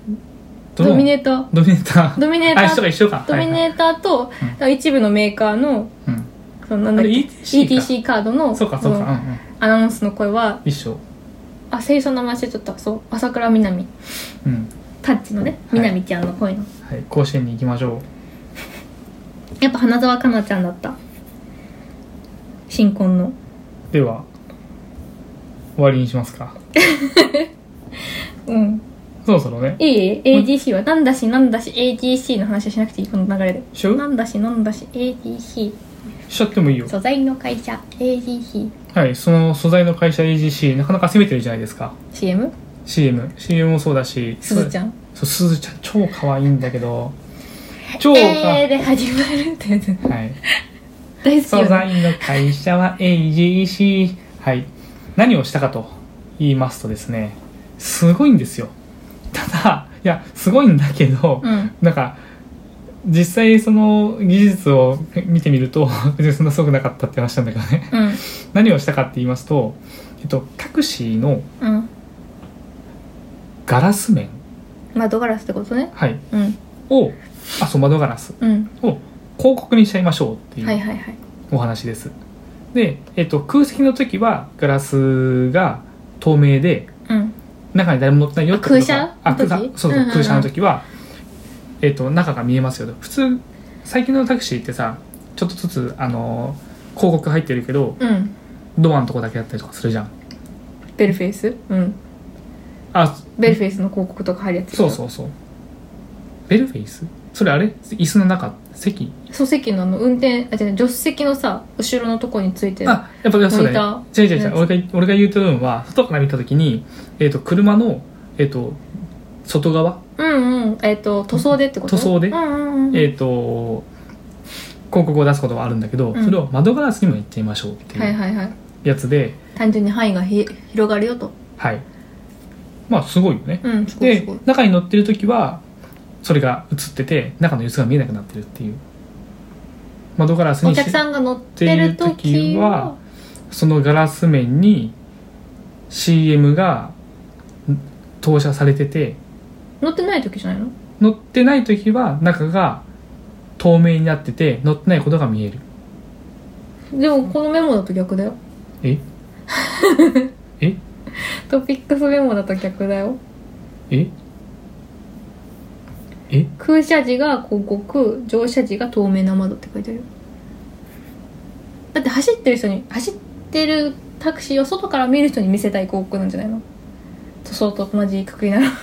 A: ドローン
B: ドミネーター
A: ドミネーター
B: ドミネーター
A: あ一緒か一緒か
B: ドミ
A: はいはい
B: ネーターと、だから一部のメーカーの
A: うん
B: そのなんだっけ
A: あれ ETC か
B: ETC カードの
A: そうかそうか、う
B: そ
A: ん
B: の
A: うん、
B: アナウンスの声は
A: 一緒
B: あ声優さんの名前忘れちゃったそう朝倉みなみ
A: うん
B: タッチのね
A: はい
B: みなみちゃんの声の、
A: はい甲子園に行きましょ
B: やっぱ花澤香菜ちゃんだった新婚の
A: うでは終わりにしますか
B: うん
A: そろそろね
B: いい ADC はなんだしなんだし ADC の話しなくていいこの流れで
A: しよ
B: な
A: うん
B: だしなんだし ADC
A: しちゃってもいいよ
B: 素材の会社 ADCCM
A: はいその素材の会社 AGC なかなか攻めてるじゃないですか CM CM もそうだし
B: すずち
A: ゃん
B: ゃん
A: そうすずちゃん超可愛いんだけど超か、
B: えーで始まるってやつ
A: はい
B: 大好き
A: 素
B: よ、ね、
A: 材の会社は AGC はい何をしたかと言いますとですねすごいんですよただいやすごいんだけど、
B: うん
A: なんか実際その技術を見てみると別にそんなすごくなかったって話なんだけどね
B: うん
A: 何をしたかって言いますと、えっと、タクシーの
B: うん
A: ガラス面、
B: 窓ガラスってことね
A: はい、
B: うん
A: をあそう窓ガラス
B: うん
A: を広告にしちゃいましょうって
B: はいいうはいはい
A: お話です、で、えっと、空席の時はガラスが透明で
B: うん
A: 中に誰も乗ってないよってことが
B: あ
A: あ空
B: 空車
A: 車
B: の時
A: そうそう、
B: うんうんうん
A: 空車の時は、えっと、中が見えますよと普通最近のタクシーってさちょっとずつあの広告入ってるけど
B: うん
A: ドアのとこだけだったりとかするじゃん
B: ベルフェイスうん
A: あ
B: ベルフェイスの広告とか入るやつ
A: そうそうそうベルフェイスそれあれ椅子の中席
B: う礎石のあの運転あじゃあ助手席のさ後ろのとこについてる
A: あやっぱそうだ
B: モ
A: ね
B: ニ
A: 違う違う違
B: や
A: う
B: つ
A: 俺が俺が言うとるのは外から見た時に、えー、と車の、えー、と外側、
B: うんうんえっ、と塗装でってこと
A: 塗装で
B: うんうんうん
A: えー、と広告を出すことはあるんだけど、
B: うん
A: それを窓ガラスにもいっちゃいましょうって
B: はい
A: いう
B: はいはい
A: やつで、
B: 単純に範囲がひ広がるよと
A: はいまあすごいよね、
B: うんすごいす
A: で
B: ごい
A: 中に乗ってる時はそれが映ってて中の様子が見えなくなってるっていう窓ガラス
B: お
A: にし
B: 客さんが乗ってる時は
A: そのガラス面に CM がん投射されてて
B: 乗ってない時じゃないの
A: 乗ってない時は中が透明になってて乗ってないことが見える
B: でもこのメモだと逆だよ
A: え え
B: トピックスメモだと逆だよ
A: ええ
B: 空車時が広告乗車時が透明な窓って書いてあるよだって走ってる人に走ってるタクシーを外から見る人に見せたい広告なんじゃないの塗装と同じくくりなら だ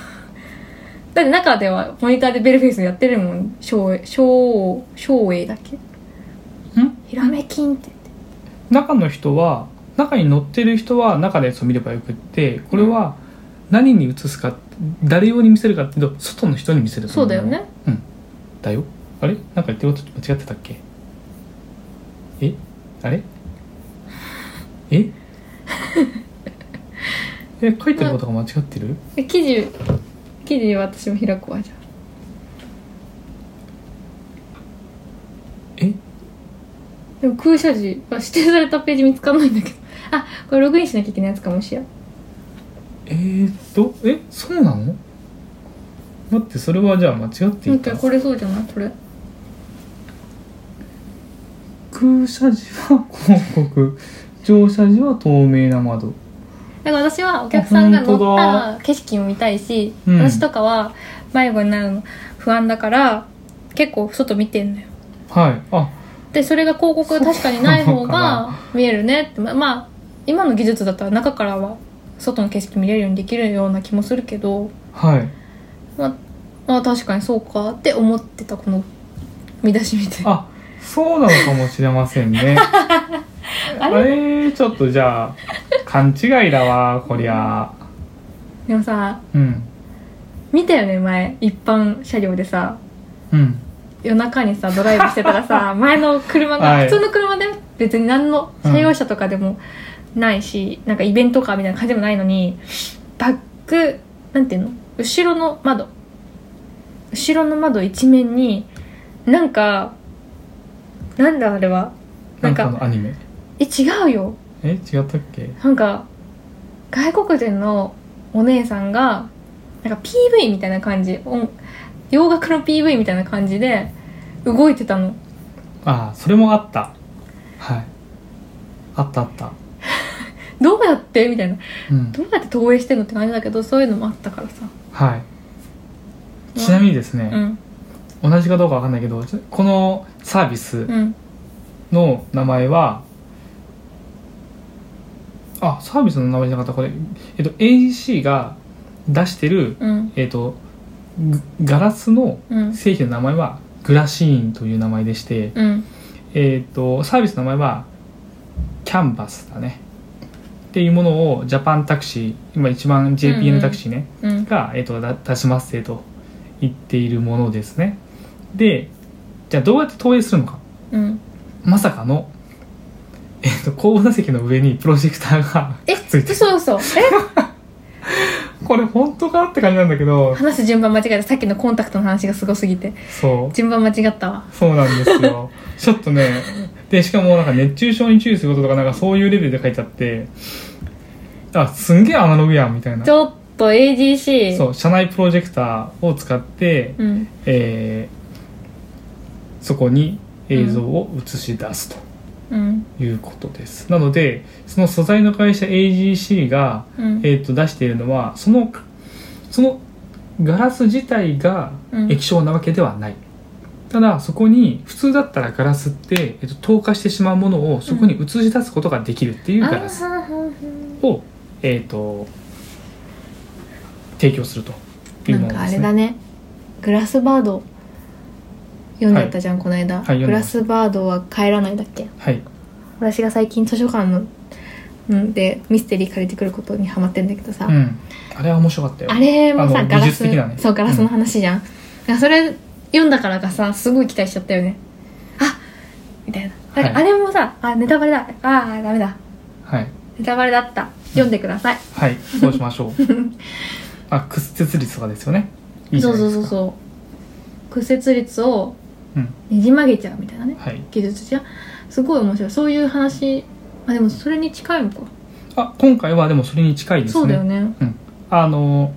B: って中ではモニターでベルフェイスやってるもん照英照照英だっけ
A: ん
B: ひらめきんって
A: 中の人は中に乗ってる人は中のやつを見ればよくってこれは何に映すか誰用に見せるかっていうと外の人に見せる
B: そうだよね
A: だよあれなんか言ってること間違ってたっけえあれえ え書いてることが間違ってる
B: え記事記事私も開くわじゃあ
A: え
B: でも空写時は指定されたページ見つかんないんだけどあこれログインしなきゃいけないやつかもしれん
A: えー、っとえそうなの待ってそれはじゃあ間違って
B: ないん
A: た
B: かこれそうじゃないこれ
A: 空車時は広告乗車時は透明な窓
B: だから私はお客さんが乗っ
A: あ
B: た景色も見たいし、
A: うん
B: 私とかは迷子になるの不安だから結構外見てんのよ
A: はいあ
B: でそれが広告が確かにない方
A: そうなの
B: が見えるねってままあ今の技術だったら中からは外の景色見れるようにできるような気もするけど
A: はい
B: まあ、あ確かにそうかって思ってたこの見出し見て
A: あそうなのかもしれませんね あれちょっとじゃあ勘違いだわこりゃ
B: でもさ
A: うん
B: 見たよね前一般車両でさ
A: うん
B: 夜中にさドライブしてたら さ前の車が、
A: はい
B: 普通の車で別に何の
A: うん
B: 車用車とかでもないし、なんかイベントカーみたいな感じでもないのにバックなんていうの後ろの窓後ろの窓一面になんかなんだあれは
A: な
B: な
A: んん
B: か
A: かのアニメ
B: え違うよ
A: え違ったっけ
B: なんか外国人のお姉さんがなんか PV みたいな感じ音洋楽の PV みたいな感じで動いてたの
A: あそれもあったはいあったあった
B: どうやってみたいな
A: うん
B: どうやって投影してんのって感じだけどそういうのもあったからさ
A: はいちなみにです
B: う
A: ね、
B: ん
A: 同じかどうかわかんないけどちょこのサービス
B: うん
A: の名前は、あサービスの名前じゃなかったこれ、えっと、AEC が出してる、
B: うん
A: えっと、ぐガラスの
B: うん
A: 製品の名前はグラシーンという名前でして、
B: うん
A: えっとサービスの名前はキャンバスだねっていうものをジャパンタクシー今一番
B: うんうん
A: JPN タクシーね、
B: うん
A: が、えっとだ出しますせと言っているものですねでじゃあどうやって投影するのか
B: うん
A: まさかの、えっと後部座席の上にプロジェクターが
B: え
A: ついてる
B: そうそうえ
A: これ本当かって感じなんだけど
B: 話す順番間違えたさっきのコンタクトの話がすごすぎて
A: そう
B: 順番間違ったわ
A: そうなんですよちょっとねでしかもなんか熱中症に注意することとかなんかそういうレベルで書いてあってあすんげえアナログやんみたいな
B: ちょっと AGC
A: そう車内プロジェクターを使って、
B: うん
A: えーそこに映像を映し出すと。
B: うん
A: いうことですなのでその素材の会社 AGC が
B: うん
A: えー、と出しているのはそのそのガラス自体が
B: うん
A: 液晶なわけではない、ただそこに普通だったらガラスって、えーと透過してしまうものをそこに映し出すことができるっていうガラス
B: あー
A: を、えー、と提供するという
B: な
A: も
B: ん
A: の
B: かあ
A: です
B: れ
A: ね
B: だねグラスバード読んでたじゃん、この間、
A: い読んで
B: グ
A: ま
B: ラ
A: し
B: スバードは帰らないだっけ
A: はい
B: 私が最近図書館のうんでミステリー借りてくることにハマってんだけどさ、
A: うん、あれは面白かったよ
B: あれも
A: あ
B: さ
A: の
B: ガラ
A: 技
B: ス、
A: 術的なね
B: そうガラスの話じゃん、なんかそれ読んだからかさすごい期待しちゃったよねあみたいななんかあ
A: はい
B: れもさ、あネタバレだあーダメだ
A: はい
B: ネタバレだった読んでください、
A: はいそうしま しょうあ屈折率とかですよねいいじゃ
B: そ
A: な
B: う
A: い
B: そ
A: で
B: う
A: す
B: そう
A: か
B: そう屈折率を
A: うん
B: ねじ曲げちゃうみたいなね
A: はい
B: 技術じゃんすごい面白いそういう話あでもそれに近いのか、
A: あ今回はでもそれに近いですね
B: そうだよね
A: あの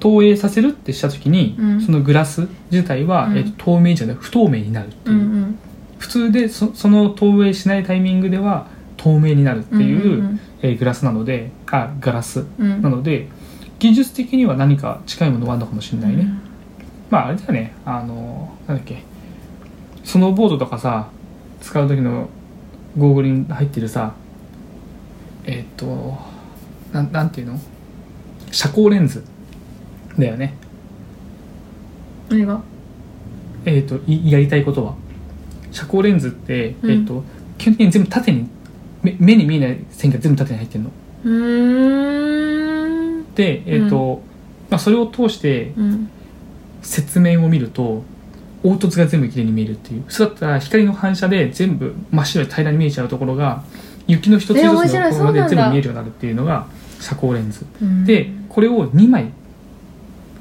A: 投影させるってした時に、
B: うん
A: そのグラス自体は、
B: うん
A: えっと透明じゃなく不透明になるって
B: う
A: いう、
B: んうん
A: 普通でそその投影しないタイミングでは透明になるっていう、
B: うん
A: えーグラスなのであガラス
B: うんうん
A: なので技術的には何か近いものがあるのかもしれないね、まああれだよねあのなんだっけスノーボードとかさ使う時のゴーグルに入ってるさえっとなんなんていうの遮光レンズだよね
B: 何が
A: えっといやりたいことは遮光レンズって、
B: うん
A: えっと基本的に全部縦に目目に見えない線が全部縦に入ってるの
B: うーん
A: でえっ、と、まあ、それを通して
B: うん
A: 雪面を見ると凹凸が全部綺麗に見えるっていう普通だったら光の反射で全部真っ白で平らに見えちゃうところが雪の一つ一つ
B: え面
A: のところま
B: 白い
A: で
B: そうなんだ
A: 全部見えるようになるっていうのが遮光レンズ
B: うん
A: でこれを2枚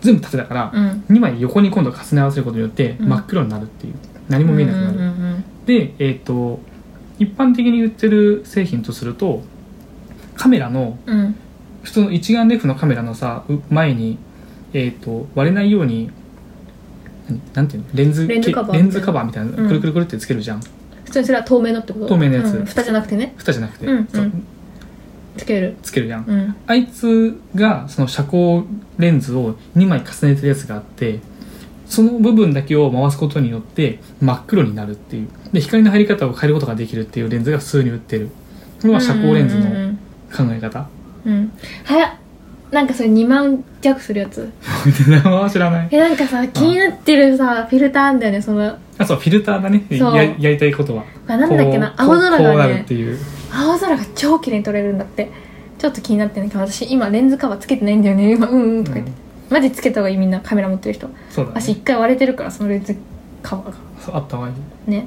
A: 全部縦だから、
B: うん
A: 2枚横に今度重ね合わせることによって
B: うん
A: 真っ黒になるっていう、何も見えなくなる、
B: うんうんうん
A: でえっ、と一般的に売ってる製品とするとカメラの
B: うんうん
A: 普通の一眼レフのカメラのさう前に、えー、と割れないように何なんていうのレンズ
B: レンズカバー
A: けレンズカバーみたいな
B: うん
A: のくるくるくるってつけるじゃん、
B: 普通にそれは透明のってこと
A: 透明のやつ
B: うん蓋じゃなくてね
A: 蓋じゃなくて、
B: うんうん
A: そう
B: つける
A: つけるじゃん、
B: うん
A: あいつがその遮光レンズを2枚重ねてるやつがあってその部分だけを回すことによって真っ黒になるっていうで光の入り方を変えることができるっていうレンズが普通に売ってるこれは遮光レンズの
B: うんうんうん
A: 考え方
B: うん早っなんかそれ2万弱するやつ
A: 名前は知らない
B: えなんかさ気になってるさフィルターあんだよねその
A: あそうフィルターだねや
B: そう
A: やりたいことは
B: あなんだっけな
A: こう
B: 青空がね
A: こうなるっていう
B: 青空が超綺麗に撮れるんだってちょっと気になってんだけど私今レンズカバーつけてないんだよね今うんうんとか言って、マジつけた方がいいみんなカメラ持ってる人
A: そうだ
B: 私
A: ね
B: 一回割れてるからそのレンズカバーが
A: そうあった方がいいっ
B: ね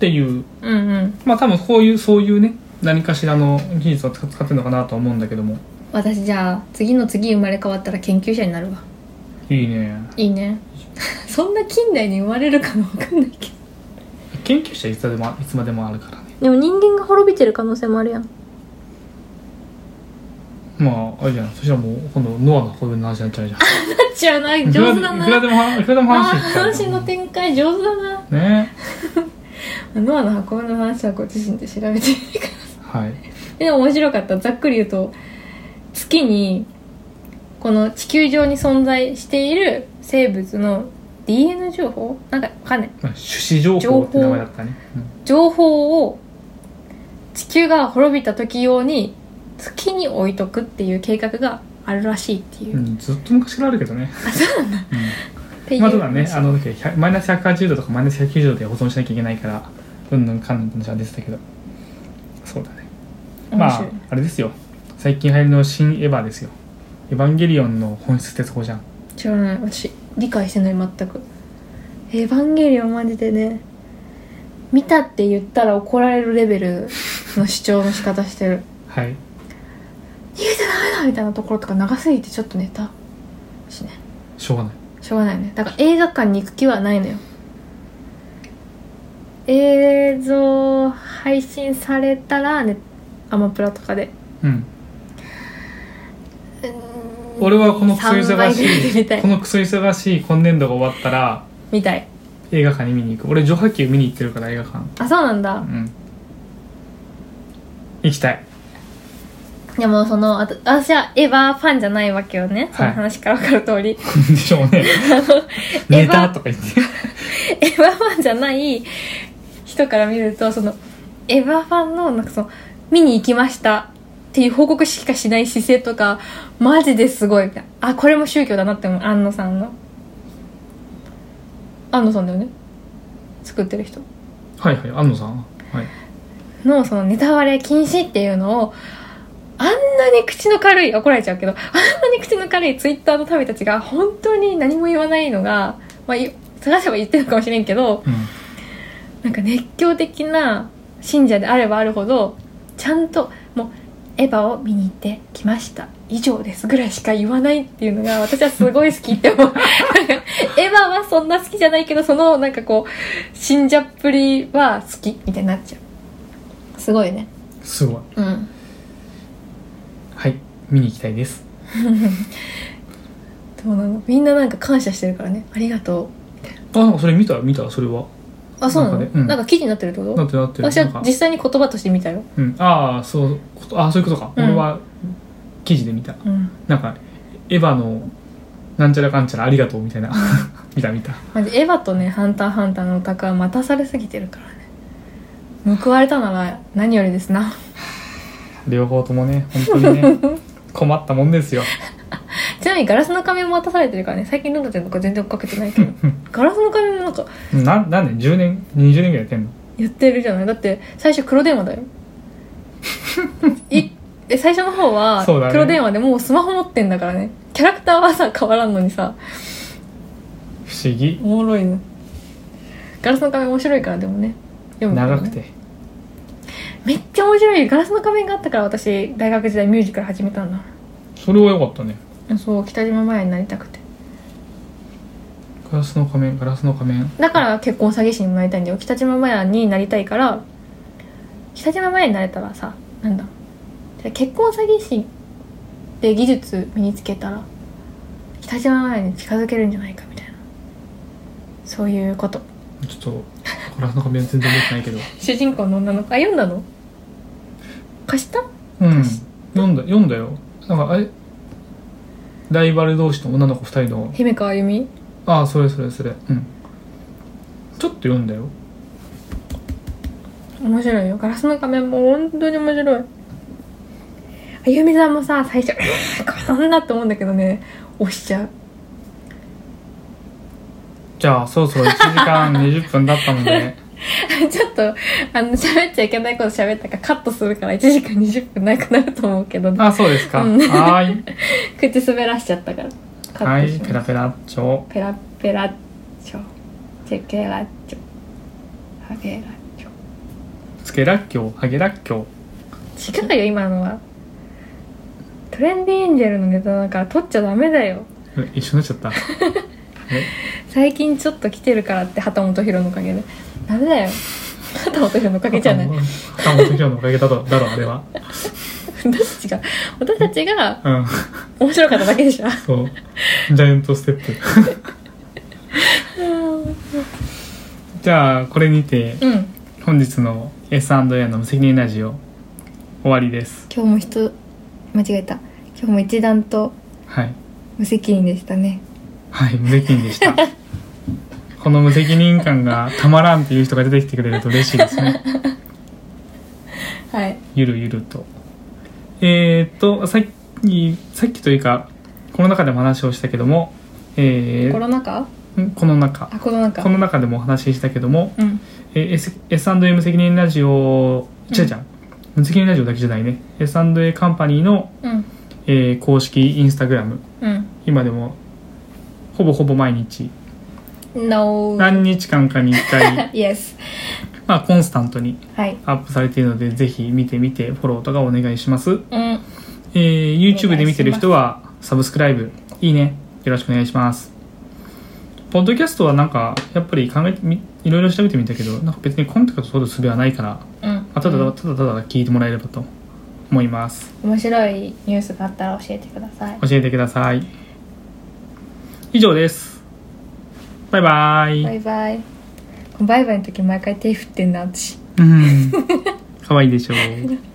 A: ていう
B: うんうん
A: まあ多分こういうそういうね何かしらの技術を使ってるのかなとは思うんだけども
B: 私じゃあ次の次生まれ変わったら研究者になるわ
A: いいね
B: いいね そんな近代に生まれるかなわかんないけど
A: 研究者いつまでもいつまでもあるからね
B: でも人間が滅びてる可能性もあるやん
A: まあ、あれじゃん。そしたらもう、今度、ノアの方での話になっちゃうじゃん。
B: じゃあない上手だ
A: いくら
B: な
A: でも、いくらでも
B: あ
A: 話
B: ー
A: していくから
B: 話の展開上手だな
A: ね。
B: ノアの箱の話はご自身で調べてみてくださ
A: はい。
B: い でも面白かったざっくり言うと月にこの地球上に存在している生物の DNA 情報なんかわかんない
A: まあ、種子情報って名前だったね。
B: 情報を地球が滅びた時用に月に置いとくっていう計画があるらしいっていうう、
A: ん。うんずっと昔からあるけどね。
B: あそうなんだって
A: うん。
B: いう
A: まあ、ただね、あの、だけど100マイナス180度とかマイナス190度で保存しなきゃいけないから、うんぬんかんぬんって話は出てたけど。そうだね。ま
B: 面白
A: あ
B: い、
A: あれですよ。最近流行りの新エヴァですよ。エヴァンゲリオンの本質ってそこじゃん。
B: 知らない私理解してない全く「エヴァンゲリオン」マジでね見たって言ったら怒られるレベルの主張の仕方してる
A: はい。
B: 逃げちゃダメだみたいなところとか長すぎてちょっとネタしね
A: しょうがない。
B: しょうがないよねだから映画館に行く気はないのよ映像配信されたらねアマプラとかで
A: うん。
B: うーん
A: 俺はこのクソ
B: 3
A: 忙
B: 倍ぐらいで
A: し
B: 見た
A: い、こ
B: い
A: のクソ忙しい今年度が終わったら、
B: 見たい
A: 映画館に見に行く俺女波球見に行ってるから映画館
B: あそうなんだ
A: うん行きたい
B: でもそのあと私はエヴァファンじゃないわけよね、
A: い
B: その話から分かる通り
A: でしょう ねネタとか言って
B: エヴァファンじゃない人から見るとそのエヴァファンのなんかその見に行きましたっていう報告しかしない姿勢とかマジですごいみたいなあこれも宗教だなって思う安野さんの安野さんだよね作ってる人
A: はいはい安野さんはい
B: のそのネタバレ禁止っていうのをあんなに口の軽い怒られちゃうけどあんなに口の軽いツイッターの民たちが本当に何も言わないのが、まあ、い探せば言ってるかもしれんけど
A: うん
B: なんか熱狂的な信者であればあるほどちゃんともうエヴァを見に行ってきました以上ですぐらいしか言わないっていうのが私はすごい好きって 思うエヴァはそんな好きじゃないけどそのなんかこう信者っぷりは好きみたいになっちゃうすごいね
A: すごい
B: うん
A: はい見に行きたいです
B: でもなんかみんななんか感謝してるからねありがと
A: あなんかそれ見た見たそれは
B: うあそうなのな,、
A: なんんかねうん
B: か記事になってるってこ
A: な
B: と
A: ってるなってる
B: 私
A: なん
B: は
A: か
B: 実際に言葉として見たよ
A: うんああそうことあそういうことか、
B: うん
A: 俺は記事で見た
B: うん
A: なんかエヴァのなんちゃらかんちゃらありがとうみたいな 見た見た
B: マジエヴァとね「ハンターハンター」のオタクは待たされすぎてるからね報われたなら何よりですな
A: 両方ともね本当に ね困ったもんですよ
B: ちなみにガラスの仮面も待たされてるからね最近ルナちゃんとか全然追っかけてない けどガラスの仮面もなんか
A: な何年10年20年ぐらいやってんの
B: やってるじゃないだって最初黒電話だ よいえ最初の方は
A: そうだね
B: 黒電話でもうスマホ持ってんだからねキャラクターはさ変わらんのにさ
A: 不思議
B: おもろいねガラスの仮面面白いからでもね読むから
A: 長
B: ね
A: くて
B: めっちゃ面白いガラスの仮面があったから私大学時代ミュージカル始めたんだ
A: それは良かったね
B: そう北島麻也になりたくて
A: ガラスの仮面ガラスの仮面
B: だから結婚詐欺師にもなりたいんだよ北島麻也になりたいから北島麻也になれたらさなんだじゃあ結婚詐欺師で技術身につけたら北島麻也に近づけるんじゃないかみたいなそういうこと
A: ちょっとガラスの仮面全然覚えてないけど
B: 主人公の女の子あ読んだの貸した
A: うん読んだ読んだよなんかあれライバル同士の女の子2人の
B: 姫川由美
A: ああそれそれそれうんちょっと読んだよ
B: 面白いよガラスの仮面も本当に面白いあゆみさんもさ最初 こんなって思うんだけどね押しちゃう
A: じゃあそろそろ1時間20分だったの で
B: ちょっと、あの、喋っちゃいけないこと喋ったからカットするから1時間20分なくなると思うけど、
A: あそうですか、
B: うん
A: は ーい
B: 口滑らしちゃったから。カ
A: は
B: ット
A: い
B: します
A: ペラペラちょ
B: ペラペラッチョ。チェケラッチョ。ハゲラッチ
A: つけらっきょうハゲらっきょ
B: ョ。違うよ、今のは。トレンディエンジェルのネタなんか撮っちゃダメだよ。
A: うえ一緒になっちゃ った
B: 最近ちょっと来てるからって、旗本博のおかげで。ダメだよ。旗本博のおかげじゃな い。どっ
A: タモトヒロのおかげだとだろあれは
B: ちが。私たちが
A: うん
B: 面白かっただけでしょ。
A: そうジャイアントステップじゃあこれにて
B: うん。
A: 本日の S&A の無責任ラジオ終わりです
B: 今日も人間違えた今日も一段と
A: はい
B: 無責任でしたね
A: はい無責任でしたこの無責任感がたまらんっていう人が出てきてくれると嬉しいですね
B: はい
A: ゆるゆるとえー、っとさっきさっきというかこの中でも話をしたけども、え
B: コ
A: ー
B: ロナ禍
A: んこの中
B: あコロナ禍
A: この中でもお話ししたけども
B: うん
A: えー S- S&M 責任ラジオ
B: うん
A: 違うじゃん、無責任ラジオだけじゃないね S&A カンパニーの、
B: うん
A: えー公式インスタグラム
B: うん
A: 今でもほぼほぼ毎日
B: No
A: 何日間かに1回
B: Yes
A: まあコンスタントに
B: はい
A: アップされているのでぜひ見てみてフォローとかお願いします、
B: うん
A: えー YouTube で見てる人はサブスクライブいいねよろしくお願いしますポッドキャストはなんかやっぱり考えてみいろいろ調べてみたけどなんか別にコンタクト取る術はないから
B: うん
A: あただただただ聞いてもらえればと思います
B: 面白いニュースがあったら教えてください
A: 教えてください以上ですバイバイ
B: バイバイバイバイの時毎回手振ってんな私
A: うんかわいいでしょう